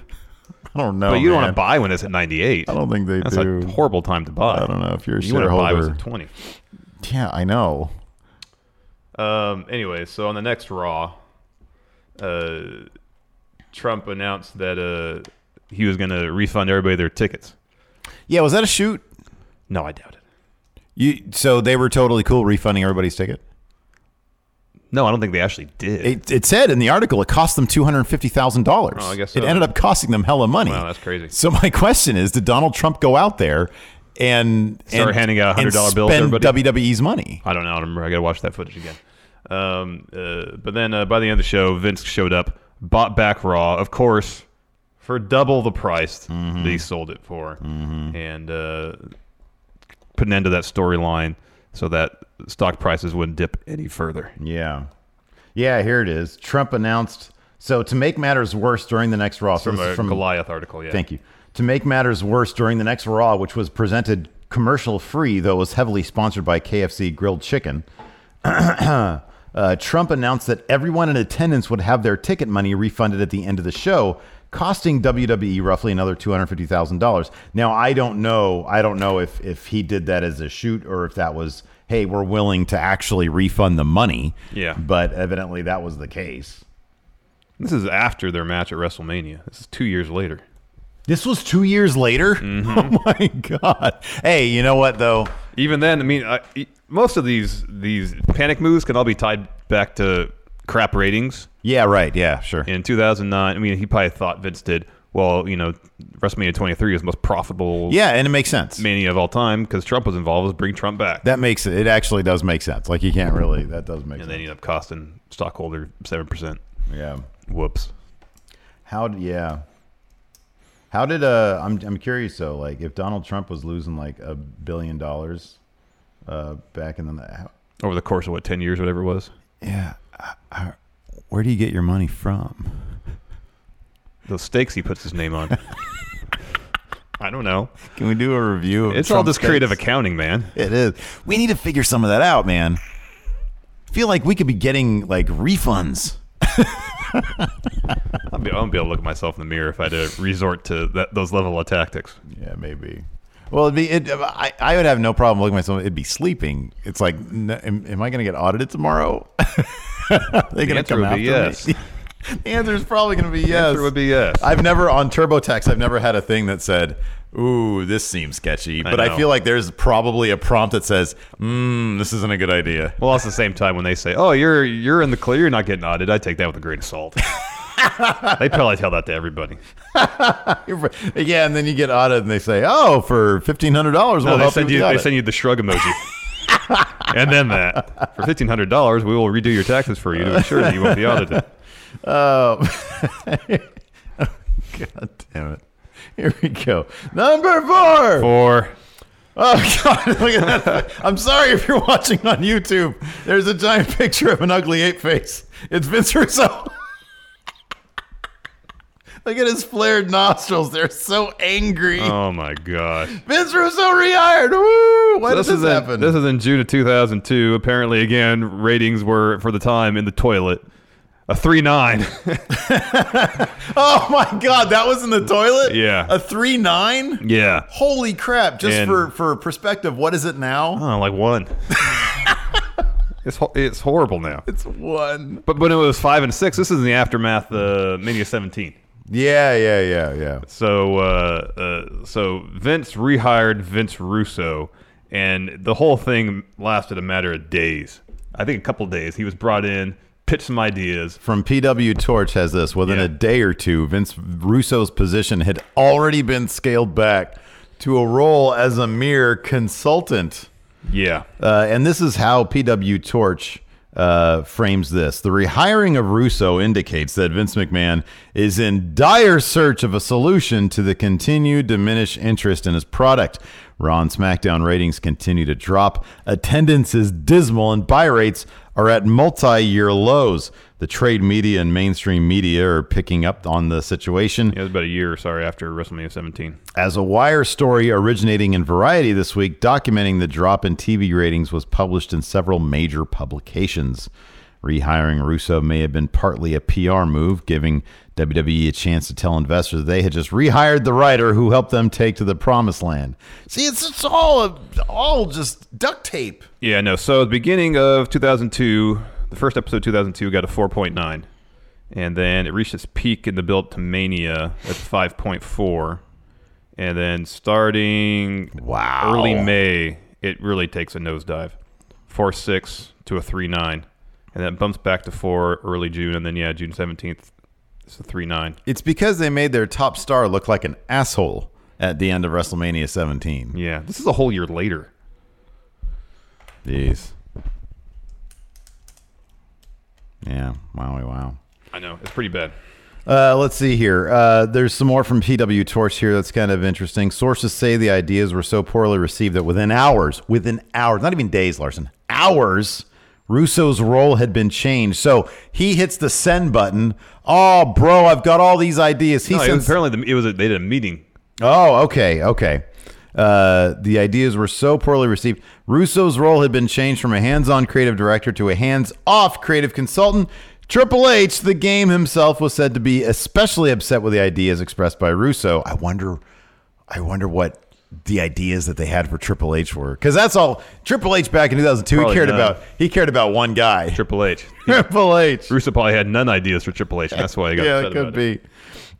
S1: I don't know.
S2: but you don't want
S1: Oh, man.
S2: to buy when it's at 98.
S1: I don't think they
S2: That's
S1: do.
S2: a horrible time to buy.
S1: I don't know if you're a
S2: You want to buy when it's
S1: shareholder.
S2: at 20.
S1: yeah, I know.
S2: Um, anyway, so on the next Raw, uh, Trump announced that uh, he was going to refund everybody their tickets.
S1: Yeah, was that a shoot?
S2: No, I doubt it.
S1: You so they were totally cool refunding everybody's ticket.
S2: No, I don't think they actually did.
S1: It, it said in the article it cost them two hundred fifty thousand dollars.
S2: Oh, I guess
S1: it
S2: so.
S1: ended up costing them hella money.
S2: Wow, that's crazy.
S1: So my [laughs] question is, did Donald Trump go out there and
S2: Start
S1: and-
S2: handing out
S1: and
S2: $100 bills to
S1: spend
S2: everybody?
S1: WWE's money?
S2: I don't know. I, don't remember. I got to watch that footage again. Um, uh, but then uh, by the end of the show, Vince showed up, bought back Raw, of course, for double the price that he sold it for, and uh, put an end to that storyline so that stock prices wouldn't dip any further.
S1: Yeah, yeah. Here it is. Trump announced. So to make matters worse, during the next Raw, so
S2: From
S1: this
S2: a
S1: is from
S2: Goliath article, yeah.
S1: Thank you. To make matters worse, during the next Raw, which was presented commercial free, though it was heavily sponsored by KFC Grilled Chicken, [clears throat] uh, Trump announced that everyone in attendance would have their ticket money refunded at the end of the show, costing WWE roughly another two hundred fifty thousand dollars. Now, I don't know. I don't know if if he did that as a shoot or if that was, hey, we're willing to actually refund the money.
S2: Yeah.
S1: But evidently, that was the case.
S2: This is after their match at WrestleMania. This is two years later.
S1: This was two years later. [laughs] Oh my god! Hey, you know what though?
S2: Even then, I mean, I, e- most of these these panic moves can all be tied back to crap ratings.
S1: Yeah, right. Yeah, sure.
S2: in 2009 i mean he probably thought vince did well you know wrestlemania 23 is the most profitable
S1: Yeah, and it makes sense.
S2: mania of all time because trump was involved let's bring trump back
S1: That makes it. It actually does make sense. Like you can't really. That does make
S2: and
S1: sense.
S2: they ended up costing stockholder 7%
S1: yeah.
S2: whoops
S1: How? d- Yeah. How did uh? I'm I'm curious though. Like if Donald Trump was losing like a billion dollars, uh, back in the how,
S2: over the course of what 10 years whatever it was
S1: yeah, I, I, where do you get your money from?
S2: those stakes he puts his name
S1: [laughs]
S2: on i don't know
S1: Can we do a review? Of
S2: it's all
S1: Trump
S2: this
S1: stakes?
S2: creative accounting man
S1: It is. We need to figure some of that out, man. Feel like we could be getting like refunds.
S2: I'll be, i won't be able to look at myself in the mirror if i had to resort to that, those level of tactics
S1: Yeah, maybe. Well, it'd be, it, I, I would have no problem looking at myself. It'd be sleeping. It's like, n- am, am I going to get audited tomorrow? [laughs] Are they going to
S2: answer
S1: come
S2: would
S1: after
S2: be yes.
S1: me? [laughs] the answer is probably going to be yes.
S2: answer would be yes.
S1: I've never on TurboTax. I've never had a thing that said, "Ooh, this seems sketchy," but I,
S2: know.
S1: feel like there's probably a prompt that says, "Mmm, this isn't a good idea."
S2: well also at the same time when they say oh you're you're in the clear you're not getting audited i take that with a grain
S1: [laughs]
S2: of salt they probably tell that to everybody
S1: yeah, and then you get audited, and they say, "Oh, for fifteen hundred dollars, we'll
S2: No, they
S1: help you."
S2: send
S1: With
S2: you.
S1: the
S2: They
S1: audit."
S2: send you the shrug emoji. [laughs] and then that for fifteen hundred dollars, we will redo your taxes for you to ensure that you won't [laughs] be audited.
S1: God damn it! Here we go. Number four.
S2: Or
S1: Oh [laughs] God! Look at that. I'm sorry if you're watching on YouTube. There's a giant picture of an ugly ape face. It's Vince Russo. [laughs] Look at his flared nostrils. They're so angry.
S2: oh my gosh,
S1: Vince Russo rehired. Woo! Why
S2: So
S1: does
S2: this
S1: this,
S2: is in,
S1: happen?
S2: this is in June of two thousand two. Apparently, again, ratings were for the time in the toilet. A three
S1: [laughs]
S2: nine. [laughs]
S1: oh my God! That was in the toilet.
S2: Yeah.
S1: A three nine.
S2: yeah.
S1: Holy crap! Just
S2: And-
S1: for for perspective, what is it now?
S2: Oh, like one. [laughs] it's ho- it's horrible now.
S1: It's one.
S2: But when it was five and six, this is in the aftermath of uh, Mania seventeen.
S1: Yeah, yeah, yeah, yeah.
S2: So, uh, uh, so Vince rehired Vince Russo, and the whole thing lasted a matter of days. I think a couple days. He was brought in, pitched some ideas.
S1: from PW Torch has this within
S2: Yeah.
S1: a day or two, Vince Russo's position had already been scaled back to a role as a mere consultant.
S2: Yeah,
S1: Uh, and this is how PW Torch uh, frames this. The rehiring of Russo indicates that Vince McMahon is in dire search of a solution to the continued diminished interest in his product. Raw and SmackDown ratings continue to drop. Attendance is dismal, and buy rates are at multi year lows. The trade media and mainstream media are picking up on the situation.
S2: Yeah, it was about a year, sorry, after WrestleMania 17.
S1: As a wire story originating in Variety this week, documenting the drop in TV ratings was published in several major publications. Rehiring Russo may have been partly a PR move, giving WWE a chance to tell investors they had just rehired the writer who helped them take to the promised land. See, it's, it's all all just duct tape.
S2: Yeah, no. So the beginning of 2002, the first episode of 2002 got a 4.9, and then it reached its peak in the build to Mania at 5.4, and then starting
S1: Wow.
S2: early May, it really takes a nosedive, four six to a three nine, and then bumps back to four early June, and then yeah, June 17th, it's a three nine.
S1: It's because they made their top star look like an asshole at the end of WrestleMania 17.
S2: Yeah, this is a whole year later.
S1: Jeez. Yeah. Wowie wow.
S2: I know it's pretty bad.
S1: Uh, let's see here. Uh, there's some more from PW Torch here that's kind of interesting. Sources say the ideas were so poorly received that within hours, within hours, not even days, Larson, hours, Russo's role had been changed. So he hits the send button. Oh, bro, I've got all these ideas. He
S2: No, it was-
S1: sends.
S2: apparently the, it was a, they did a meeting.
S1: Oh, okay, okay. Uh, the ideas were so poorly received. Russo's role had been changed from a hands-on creative director to a hands-off creative consultant. Triple H, the game himself, was said to be especially upset with the ideas expressed by Russo. I wonder, I wonder what the ideas that they had for Triple H were, because that's all Triple H back in 2002.
S2: Probably
S1: he cared
S2: none.
S1: about he cared about one guy, [laughs]
S2: Triple H.
S1: Triple H.
S2: Russo probably had none ideas for Triple H, and that's why he got
S1: yeah,
S2: upset
S1: it could
S2: about
S1: be.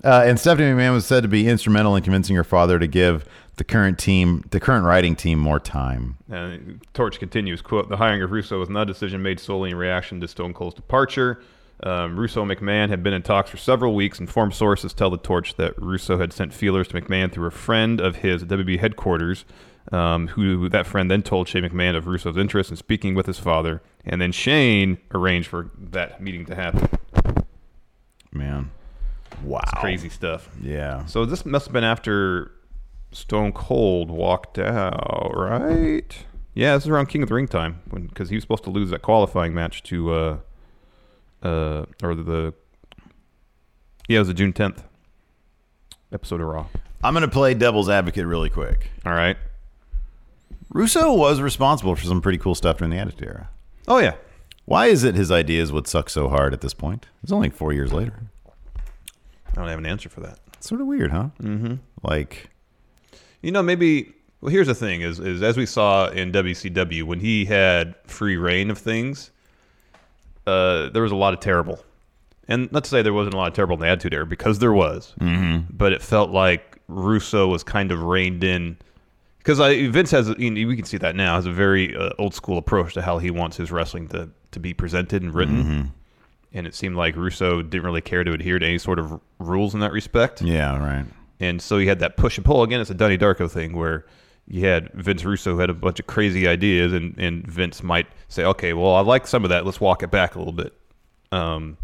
S1: Uh, and Stephanie McMahon was said to be instrumental in convincing her father to give the current team, the current writing team, more time.
S2: And Torch continues, quote, the hiring of Russo was not a decision made solely in reaction to Stone Cold's departure. Um, Russo and McMahon had been in talks for several weeks, and former sources tell the Torch that Russo had sent feelers to McMahon through a friend of his at WB headquarters, um, who that friend then told Shane McMahon of Russo's interest in speaking with his father, and then Shane arranged for that meeting to happen.
S1: Man, wow,
S2: Crazy stuff.
S1: Yeah,
S2: So this must have been after Stone Cold walked out, right? Yeah, this is around King of the Ring time when because he was supposed to lose that qualifying match to uh, uh, or the yeah, it was the June tenth episode of Raw.
S1: I'm gonna play devil's advocate really quick.
S2: All right.
S1: Russo was responsible for some pretty cool stuff during the Attitude Era.
S2: Oh yeah,
S1: Why is it his ideas would suck so hard at this point? It's only four years later.
S2: I don't have an answer for that.
S1: It's sort of weird, huh? Mm-hmm. Like,
S2: You know, maybe. Well, here's the thing: is is as we saw in WCW when he had free reign of things, uh, there was a lot of terrible, and let's say there wasn't a lot of terrible in the Attitude Era because there was, mm-hmm. but it felt like Russo was kind of reined in. Because I Vince has, you know, we can see that now, has a very uh, old school approach to how he wants his wrestling to to be presented and written, and it seemed like Russo didn't really care to adhere to any sort of r- rules in that respect.
S1: yeah, right.
S2: And so you had that push and pull. Again, it's a Donnie Darko thing where you had Vince Russo had a bunch of crazy ideas, and, and Vince might say, okay, well, I like some of that. Let's walk it back a little bit. Um,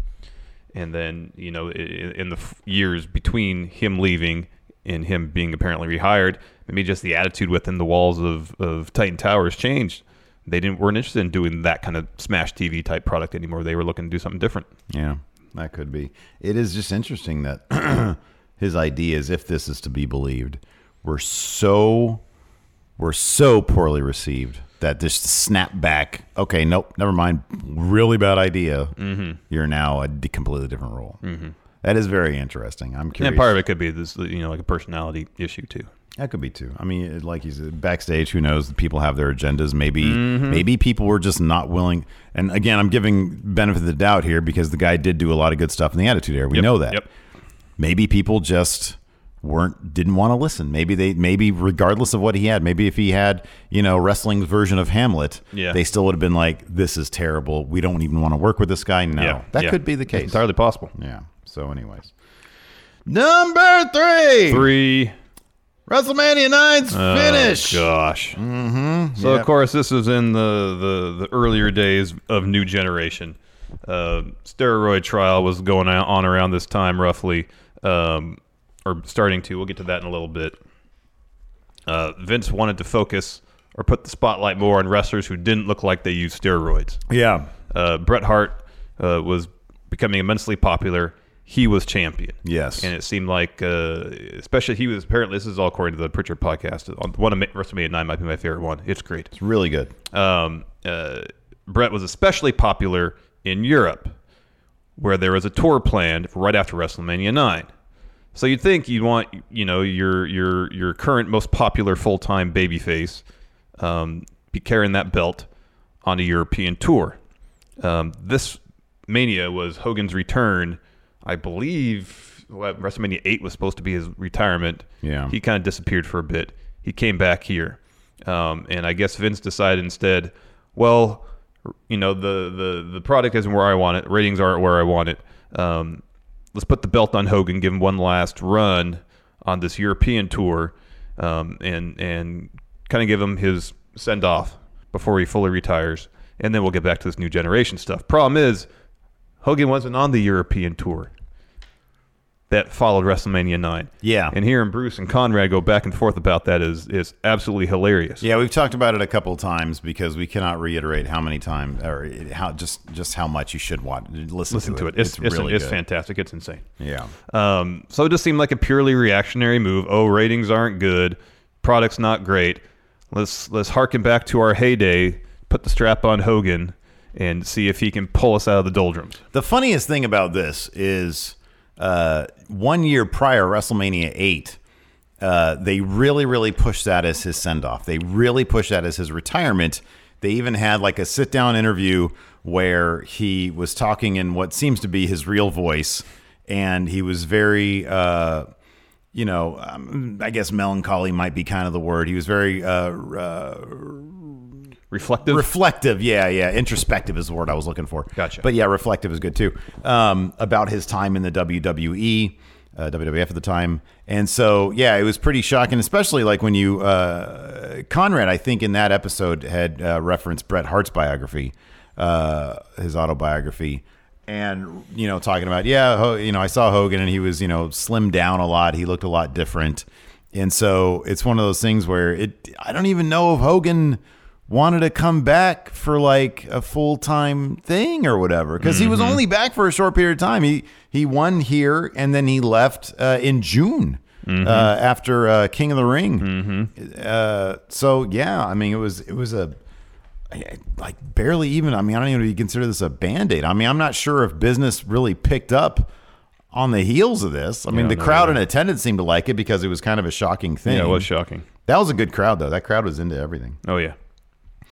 S2: and then, you know, i- i- in the f- years between him leaving and him being apparently rehired, maybe just the attitude within the walls of, of Titan Towers changed. They didn't weren't interested in doing that kind of smash TV type product anymore. They were looking to do something different.
S1: Yeah, that could be. It is just interesting that [clears throat] his ideas, if this is to be believed, were so were so poorly received that this snap back. Okay, nope, never mind. Really bad idea. Mm-hmm. You're now a d- completely different role. Mm-hmm. is very interesting. I'm curious.
S2: And part of it could be this, you know, like a personality issue too.
S1: That could be too. I mean, it- like you said, backstage, who knows? People have their agendas. Maybe,
S2: Mm-hmm.
S1: maybe people were just not willing. And again, I'm giving benefit of the doubt here because the guy did do a lot of good stuff in the Attitude Era. We know that.
S2: Yep.
S1: Maybe people just weren't didn't want to listen. Maybe they maybe regardless of what he had, maybe if he had you know wrestling's version of Hamlet,
S2: Yeah.
S1: they still would have been like, "This is terrible. We don't even want to work with this guy." No,
S2: Yeah,
S1: that
S2: yeah.
S1: could be the
S2: It's
S1: case.
S2: entirely possible.
S1: yeah. So, anyways, number three.
S2: Three,
S1: WrestleMania 9's
S2: Uh.
S1: finish.
S2: Gosh. Mm-hmm. So of course, this was in the, the the earlier days of New Generation. Uh, steroid trial was going out- on around this time, roughly, um, or starting to. We'll get to that in a little bit. Uh, Vince wanted to focus or put the spotlight more on wrestlers who didn't look like they used steroids.
S1: Yeah.
S2: Uh, Bret Hart uh, was becoming immensely popular. He was champion.
S1: Yes.
S2: And it seemed like, uh, especially he was apparently, this is all according to the Pritchard podcast. On- One of Ma- WrestleMania 9 might be my favorite one. It's great.
S1: It's really good.
S2: Um, uh, Bret was especially popular in Europe, where there was a tour planned right after WrestleMania 9. So you'd think you'd want, you know, your your your current most popular full time babyface um, be carrying that belt on a European tour. Um, this Mania was Hogan's return. I believe well, WrestleMania 8 was supposed to be his retirement.
S1: Yeah.
S2: He kind of disappeared for a bit. He came back here. Um, and I guess Vince decided instead, well, you know, the, the, the product isn't where I want it. Ratings aren't where I want it. Um, let's put the belt on Hogan, give him one last run on this European tour, um, and and kind of give him his send off before he fully retires, and then we'll get back to this new generation stuff. Problem is, Hogan wasn't on the European tour that followed WrestleMania nine.
S1: Yeah.
S2: and hearing Bruce and Conrad go back and forth about that is is absolutely hilarious.
S1: Yeah, we've talked about it a couple of times because we cannot reiterate how many times or how just just how much you should want listen,
S2: Listen to it. It's, it's,
S1: really
S2: it's
S1: good.
S2: fantastic. It's insane.
S1: Yeah,
S2: Um, so it just seemed like a purely reactionary move. Oh, ratings aren't good, product's not great. Let's let's harken back to our heyday. Put the strap on Hogan and see if he can pull us out of the doldrums.
S1: the funniest thing about this is uh, one year prior WrestleMania eight. Uh, they really, really pushed that as his send off. They really pushed that as his retirement. They even had like a sit down interview where he was talking in what seems to be his real voice, and he was very uh, you know, um, I guess melancholy might be kind of the word. He was very uh,
S2: Reflective.
S1: reflective. Yeah, yeah. Introspective is the word I was looking for.
S2: Gotcha.
S1: But yeah, reflective is good too. Um, about his time in the WWE, uh, WWF at the time, and so yeah, it was pretty shocking, especially like when you uh, Conrad, I think in that episode had uh, referenced Bret Hart's biography, uh, his autobiography. And you know, talking about yeah, Ho- you know, I saw Hogan and he was you know slimmed down a lot. He looked a lot different, and so it's one of those things where it. I don't even know if Hogan wanted to come back for like a full time thing or whatever because he was only back for a short period of time. He he won here and then he left uh, in June uh, after uh, King of the Ring. Uh, so yeah, I mean it was it was a like barely even. I mean I don't even consider this a band aid. I mean I'm not sure if business really picked up. On the heels of this, I mean, the crowd in attendance seemed to like it because it was kind of a shocking thing.
S2: yeah, it was shocking.
S1: that was a good crowd, though. That crowd was into everything. [clears throat]
S2: Oh yeah.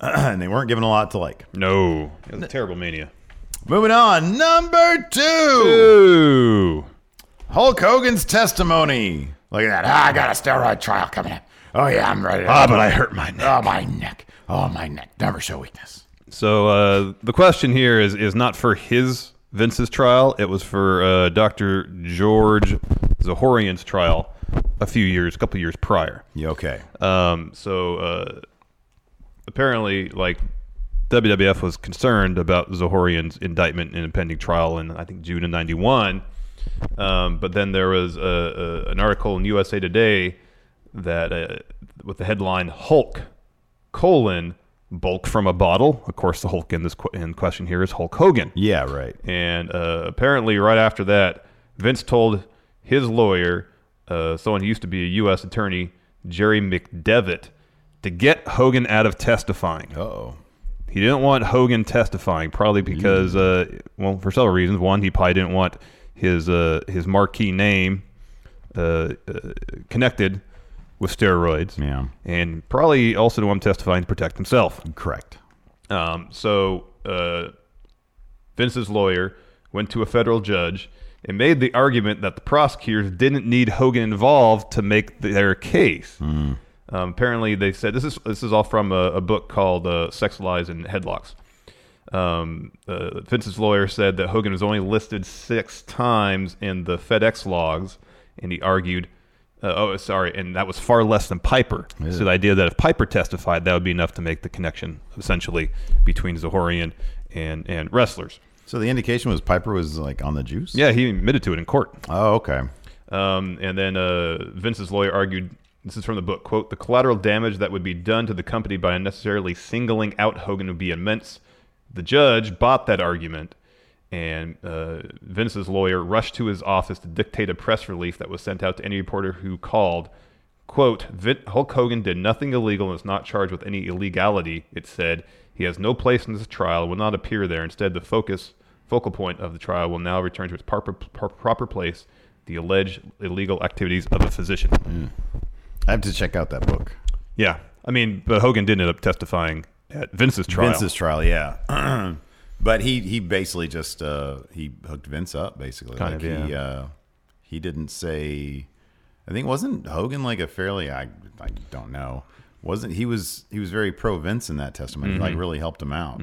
S1: and they weren't given a lot to like.
S2: No, it was a terrible mania.
S1: Moving on, number two,
S2: Ooh.
S1: Hulk Hogan's testimony. Look at that! Ah, I got a steroid trial coming up. Oh yeah, I'm ready.
S2: Ah, but I hurt my neck.
S1: Oh my neck. Oh my neck. Never show weakness.
S2: So uh, the question here is is not for his Vince's trial. It was for uh, Dr. George Zahorian's trial a few years, a couple years prior.
S1: You okay?
S2: Um, so uh, apparently, like WWF was concerned about Zahorian's indictment and impending trial in I think June of '91, Um, but then there was a, a, an article in USA Today that uh, with the headline Hulk colon bulk from a bottle. Of course, the Hulk in this qu- in question here is Hulk Hogan.
S1: Yeah, right.
S2: And uh, apparently, right after that, Vince told his lawyer, uh, someone who used to be a U.S. attorney, Jerry McDevitt, to get Hogan out of testifying.
S1: Oh,
S2: He didn't want Hogan testifying, probably
S1: Hmm.
S2: because, uh, well, for several reasons. One, he probably didn't want his uh, his marquee name uh, uh, connected with steroids.
S1: Yeah.
S2: and probably also didn't want him testifying to protect himself.
S1: correct.
S2: Um, so uh, Vince's lawyer went to a federal judge and made the argument that the prosecutors didn't need Hogan involved to make their case. Um, apparently, they said this is this is all from a, a book called uh, "Sex Lies and Headlocks." Um, uh, Vince's lawyer said that Hogan was only listed six times in the FedEx logs, and he argued, uh, "Oh, sorry," and that was far less than Piper. So the idea that if Piper testified, that would be enough to make the connection essentially between Zahorian and and wrestlers.
S1: So the indication was Piper was like on the juice.
S2: Yeah, he admitted to it in court.
S1: Oh, okay.
S2: Um, and then uh, Vince's lawyer argued this is from the book quote the collateral damage that would be done to the company by unnecessarily singling out Hogan would be immense. The judge bought that argument, and uh, Vince's lawyer rushed to his office to dictate a press release that was sent out to any reporter who called. Quote, Vin- Hulk Hogan did nothing illegal and is not charged with any illegality, it said. He has no place in this trial, will not appear there. Instead, the focus focal point of the trial will now return to its proper, pro- proper place the alleged illegal activities of a physician.
S1: I have to check out that book.
S2: Yeah. I mean, but Hogan did end up testifying at Vince's trial.
S1: Vince's trial, yeah. [clears throat] but he he basically just uh, he hooked Vince up basically.
S2: Kind
S1: like
S2: of,
S1: he
S2: yeah.
S1: uh, he didn't say. I think wasn't Hogan like a fairly I I don't know. Wasn't he was he was very pro Vince in that testimony.
S2: Mm-hmm.
S1: Like really helped him out.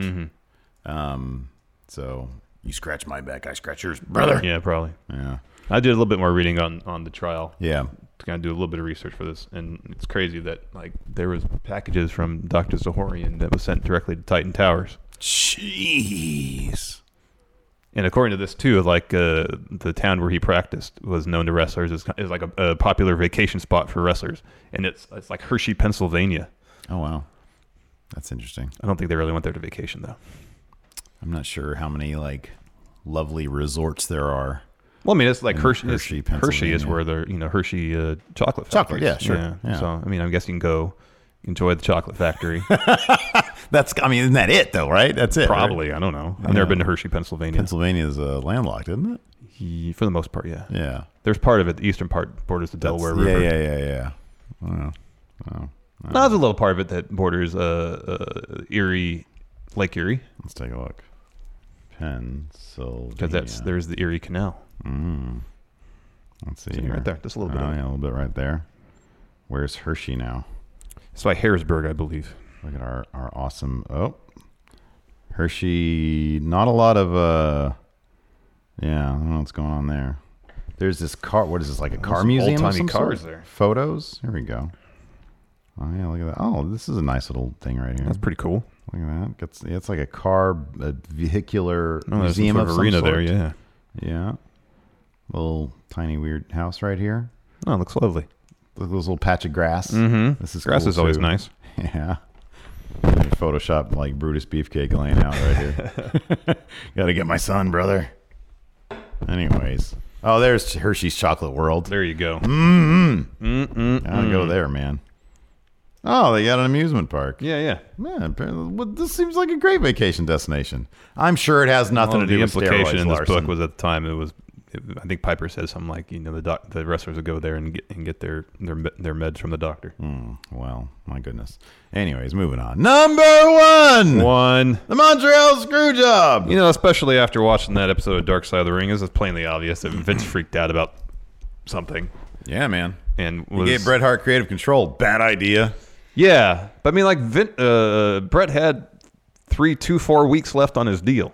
S1: Um, so you scratch my back, I scratch yours, brother.
S2: Yeah, probably.
S1: Yeah,
S2: I did a little bit more reading on, on the trial.
S1: yeah.
S2: to kind of do a little bit of research for this, and it's crazy that like there was packages from Doctor Zahorian that was sent directly to Titan Towers,
S1: Jeez.
S2: and according to this too, like uh, the town where he practiced was known to wrestlers as is like a, a popular vacation spot for wrestlers, and it's it's like Hershey, Pennsylvania.
S1: Oh wow, that's interesting.
S2: I don't think they really went there to vacation though.
S1: I'm not sure how many like lovely resorts there are.
S2: Well, I mean, it's like
S1: In
S2: Hershey. it's-
S1: Hershey,
S2: Hershey, is
S1: Pennsylvania.
S2: where the you know Hershey uh, chocolate
S1: Chocolate,
S2: factory.
S1: yeah, sure, yeah.
S2: So I mean, I'm guessing you can go enjoy the chocolate
S1: [laughs]
S2: factory.
S1: That's I mean, isn't that it though? Right? That's it. right?
S2: Probably, I don't know. I've never been to Hershey, Pennsylvania.
S1: Pennsylvania is uh, landlocked, isn't it?
S2: Ye- For the most part, yeah.
S1: Yeah.
S2: There's part of it. The eastern part borders the Delaware
S1: yeah,
S2: River.
S1: yeah, yeah, yeah. Wow.
S2: No, there's a little part of it that borders uh, uh, Erie, Lake Erie,
S1: Let's take a look. Pennsylvania.
S2: because that's there's the Erie Canal.
S1: Let's see
S2: See,
S1: here.
S2: right there, just a little bit.
S1: Oh,
S2: of it.
S1: yeah, a little bit right there. Where's Hershey now?
S2: It's by Harrisburg, I believe.
S1: Look at our our awesome. Oh, Hershey. Not a lot of. uh Yeah, I don't know what's going on there. There's this car. What is this like a car
S2: some
S1: museum? of
S2: old-timey
S1: some sort?
S2: cars there.
S1: Photos. Here we go. Oh yeah, look at that. Oh, this is a nice little thing right here.
S2: That's pretty cool.
S1: Look at that. It's, it's like a car, a vehicular
S2: Oh, there's some
S1: museum
S2: sort
S1: of
S2: of
S1: some
S2: arena
S1: sort.
S2: there, yeah.
S1: Yeah. Little tiny weird house right here.
S2: Oh, it looks lovely.
S1: Look at this little patch of grass. Mm-hmm. This is
S2: Grass
S1: cool,
S2: is always
S1: too.
S2: nice.
S1: Yeah. Photoshop like Brutus Beefcake laying out right here.
S2: [laughs]
S1: Got to get my son, brother. Anyways, oh, there's Hershey's Chocolate World.
S2: There Mm. you go.
S1: I'll go there, man. Oh, they got an amusement park.
S2: Yeah, yeah.
S1: Man, apparently- well, this seems like a great vacation destination. I'm sure it has nothing
S2: Well,
S1: to do
S2: the
S1: with
S2: implication
S1: steroids,
S2: in this
S1: Larson.
S2: book was at the time it was. It, I think Piper says something like, you know, the doc, the wrestlers would go there and get and get their their me- their meds from the doctor.
S1: Mm. well, my goodness. Anyways, moving on. Number one,
S2: [laughs] One.
S1: the Montreal Screwjob.
S2: You know, especially after watching that episode of Dark Side of the Ring, this is plainly obvious
S1: [clears throat]
S2: that Vince freaked out about something
S1: Yeah, man.
S2: and
S1: You
S2: was
S1: gave Bret Hart creative control. Bad idea.
S2: Yeah, but I mean, like Vin, uh, Bret had three, two, four weeks left on his deal.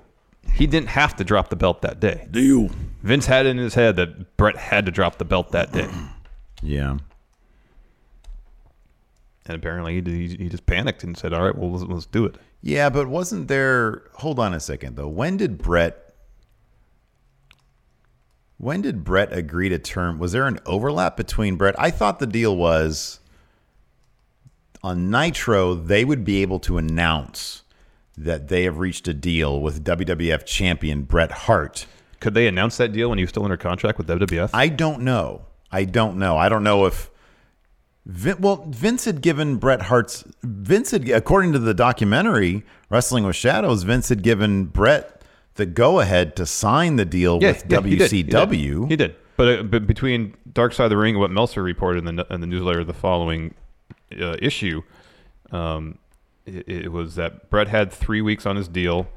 S2: He didn't have to drop the belt that day.
S1: Deal.
S2: Vince had it in his head that Bret had to drop the belt that day,
S1: Yeah.
S2: and apparently he, he, he just panicked and said, "All right, well, let's, let's do it."
S1: Yeah, but wasn't there? Hold on a second, though. When did Brett? When did Brett agree to term? Was there an overlap between Brett? I thought the deal was on Nitro, they would be able to announce that they have reached a deal with WWF champion Bret Hart.
S2: Could they announce that deal when he was still under contract with WWF?
S1: I don't know. I don't know. I don't know if. Vin, well, Vince had given Bret Hart's. Vince had, according to the documentary Wrestling with Shadows, Vince had given Bret the go ahead to sign the deal with
S2: he did, he did,
S1: WCW.
S2: He did. But, uh, but between Dark Side of the Ring and what Meltzer reported in the, in the newsletter the following uh, issue, um, it, it was that Brett had three weeks on his deal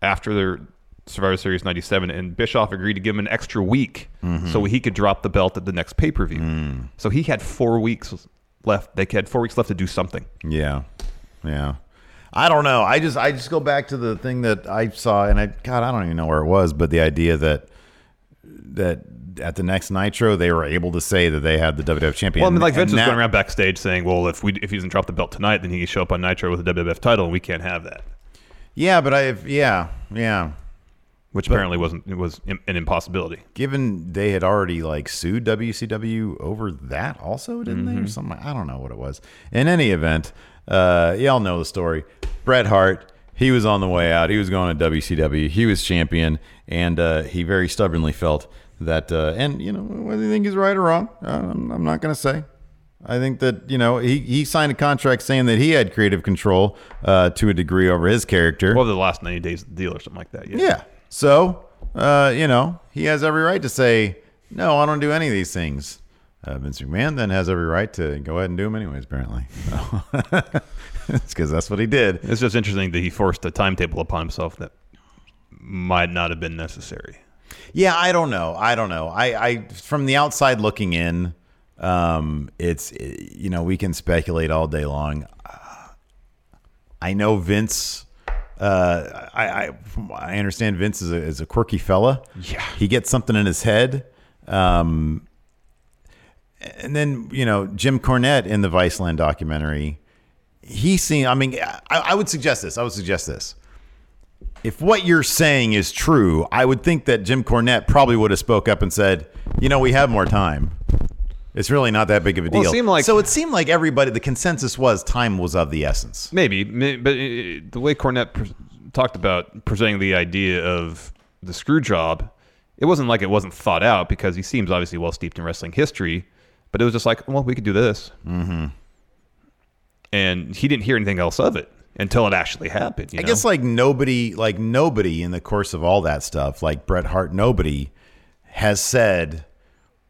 S2: after their Survivor Series 97, and Bischoff agreed to give him an extra week
S1: Mm-hmm.
S2: so he could drop the belt at the next pay per view.
S1: Mm.
S2: So he had four weeks left. They had four weeks left to do something.
S1: Yeah. Yeah. I don't know. I just I just go back to the thing that I saw and I god, I don't even know where it was, but the idea that that at the next Nitro they were able to say that they had the WWF champion.
S2: Well, I mean, like
S1: And
S2: Vince was
S1: now-
S2: going around backstage saying, "Well, if we if he doesn't drop the belt tonight, then he can show up on Nitro with a WWF title, and we can't have that."
S1: Yeah, but I yeah, yeah.
S2: Which apparently wasn't it was im- an impossibility.
S1: Given they had already like sued WCW over that also, didn't they? Or something I don't know what it was. In any event, uh y'all know the story. Bret Hart he was on the way out. He was going to WCW. He was champion, and uh, he very stubbornly felt that. Uh, and you know, whether you think he's right or wrong, uh, I'm, I'm not going to say. I think that you know he, he signed a contract saying that he had creative control uh, to a degree over his character.
S2: Well, the last ninety days of the deal or something like that. Yeah.
S1: Yeah. So, uh, you know, he has every right to say, no, I don't do any of these things. Uh, Vince McMahon then has every right to go ahead and do them anyways, apparently. [laughs] So, it's because that's what he did.
S2: It's just interesting that he forced a timetable upon himself that might not have been necessary.
S1: Yeah, I don't know. I don't know. I, I from the outside looking in, um, it's you know we can speculate all day long. Uh, I know Vince. Uh, I, I I understand Vince is a, is a quirky fella. Yeah, he gets something in his head. Um, and then you know Jim Cornette in the Viceland documentary, he seemed. I mean, I, I would suggest this. I would suggest this if what you're saying is true, I would think that Jim Cornette probably would have spoke up and said, "You know, we have more time. It's really not that big of a
S2: Well, it
S1: deal."
S2: seemed like-
S1: so it seemed like everybody the consensus was time was of the essence.
S2: Maybe, may- but uh, the way Cornette pres talked about presenting the idea of the screw job, it wasn't like it wasn't thought out because he seems obviously well steeped in wrestling history, but it was just like, well, we could do this, mm-hmm. and he didn't hear anything else of it until it actually happened. you
S1: I
S2: know?
S1: guess like nobody like nobody in the course of all that stuff, like Bret Hart nobody has said,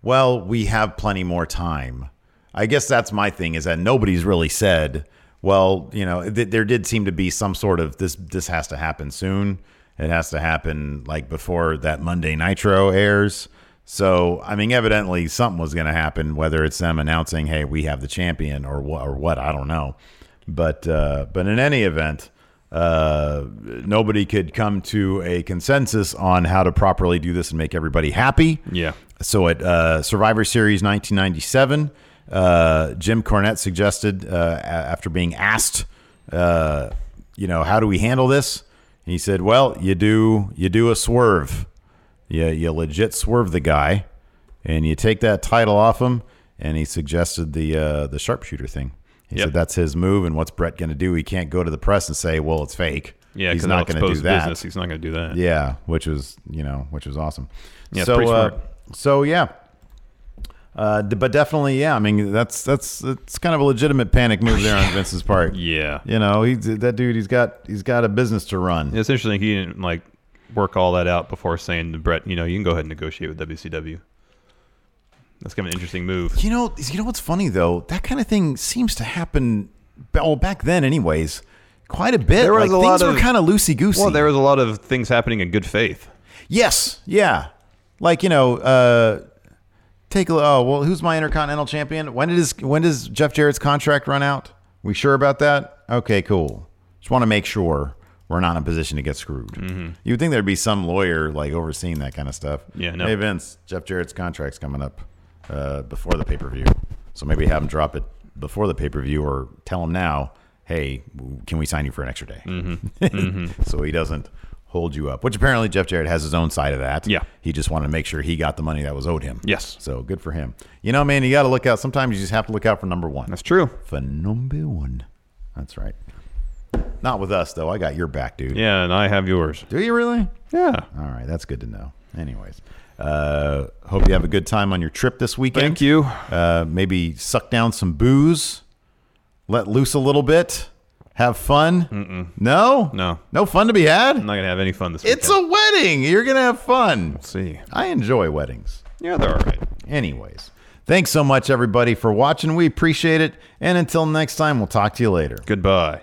S1: "Well, we have plenty more time." I guess that's my thing is that nobody's really said, "Well, you know, th- there did seem to be some sort of this this has to happen soon. It has to happen like before that Monday Nitro airs." So, I mean, evidently something was going to happen whether it's them announcing, "Hey, we have the champion" or what or what, I don't know. But uh but in any event, uh, nobody could come to a consensus on how to properly do this and make everybody happy.
S2: Yeah.
S1: So at uh, Survivor Series 1997, uh, Jim Cornette suggested, uh, a- after being asked, uh, you know, how do we handle this? And he said, well, you do you do a swerve, you you legit swerve the guy, and you take that title off him. And he suggested the uh, the sharpshooter thing. He
S2: Yep.
S1: said that's his move, and what's Brett going to do? He can't go to the press and say, "Well, it's fake."
S2: Yeah,
S1: he's
S2: because
S1: not
S2: not
S1: going to do that.
S2: Business. He's not going to do that.
S1: Yeah, which was you know which was awesome.
S2: Yeah, it's
S1: so
S2: pretty smart.
S1: uh, so yeah, uh, d- but definitely yeah. I mean that's that's that's kind of a legitimate panic move there
S2: [laughs]
S1: on Vince's part.
S2: Yeah.
S1: you know he's that dude. He's got he's got a business to run.
S2: It's interesting he didn't like work all that out before saying to Brett, you know, you can go ahead and negotiate with WCW. That's kind of an interesting move.
S1: You know, you know what's funny though? That kind of thing seems to happen. Well, back then, anyways, quite a bit.
S2: There was
S1: Like,
S2: a
S1: things
S2: lot
S1: were
S2: of-
S1: kind of loosey goosey.
S2: Well, there was a lot of things happening in good faith.
S1: Yes. Yeah. Like you know, uh, take a oh well, who's my Intercontinental Champion? When did his when does Jeff Jarrett's contract run out? We sure about that? Okay, cool. Just want to make sure we're not in a position to get screwed.
S2: Mm-hmm.
S1: You would think there'd be some lawyer like overseeing that kind of stuff.
S2: Yeah, no.
S1: Hey Vince, Jeff Jarrett's contract's coming up uh, before the pay per view, so maybe have him drop it before the pay per view, or
S2: Mm-hmm.
S1: [laughs] tell him now. Hey, w- can we sign you for an extra day? so he doesn't hold you up. Which apparently Jeff Jarrett has his own side of that.
S2: Yeah.
S1: He just wanted to make sure he got the money that was owed him.
S2: Yes.
S1: So good for him. You know, man, you got to look out. Sometimes you just have to look out for number one.
S2: That's true.
S1: For number one. That's right. Not with us, though. I got your back, dude.
S2: Yeah, and I have yours.
S1: Do you really?
S2: Yeah.
S1: All right. That's good to know. Anyways, uh, hope you have a good time on your trip this weekend.
S2: Thank you.
S1: Uh, maybe suck down some booze, let loose a little bit, have fun. Mm-mm. No?
S2: No.
S1: No fun to be had?
S2: I'm not gonna have any fun this weekend.
S1: It's a wedding. You're going to have fun.
S2: see.
S1: I enjoy weddings.
S2: Yeah, they're all right.
S1: Anyways, thanks so much, everybody, for watching. We appreciate it. And until next time, we'll talk to you later.
S2: Goodbye.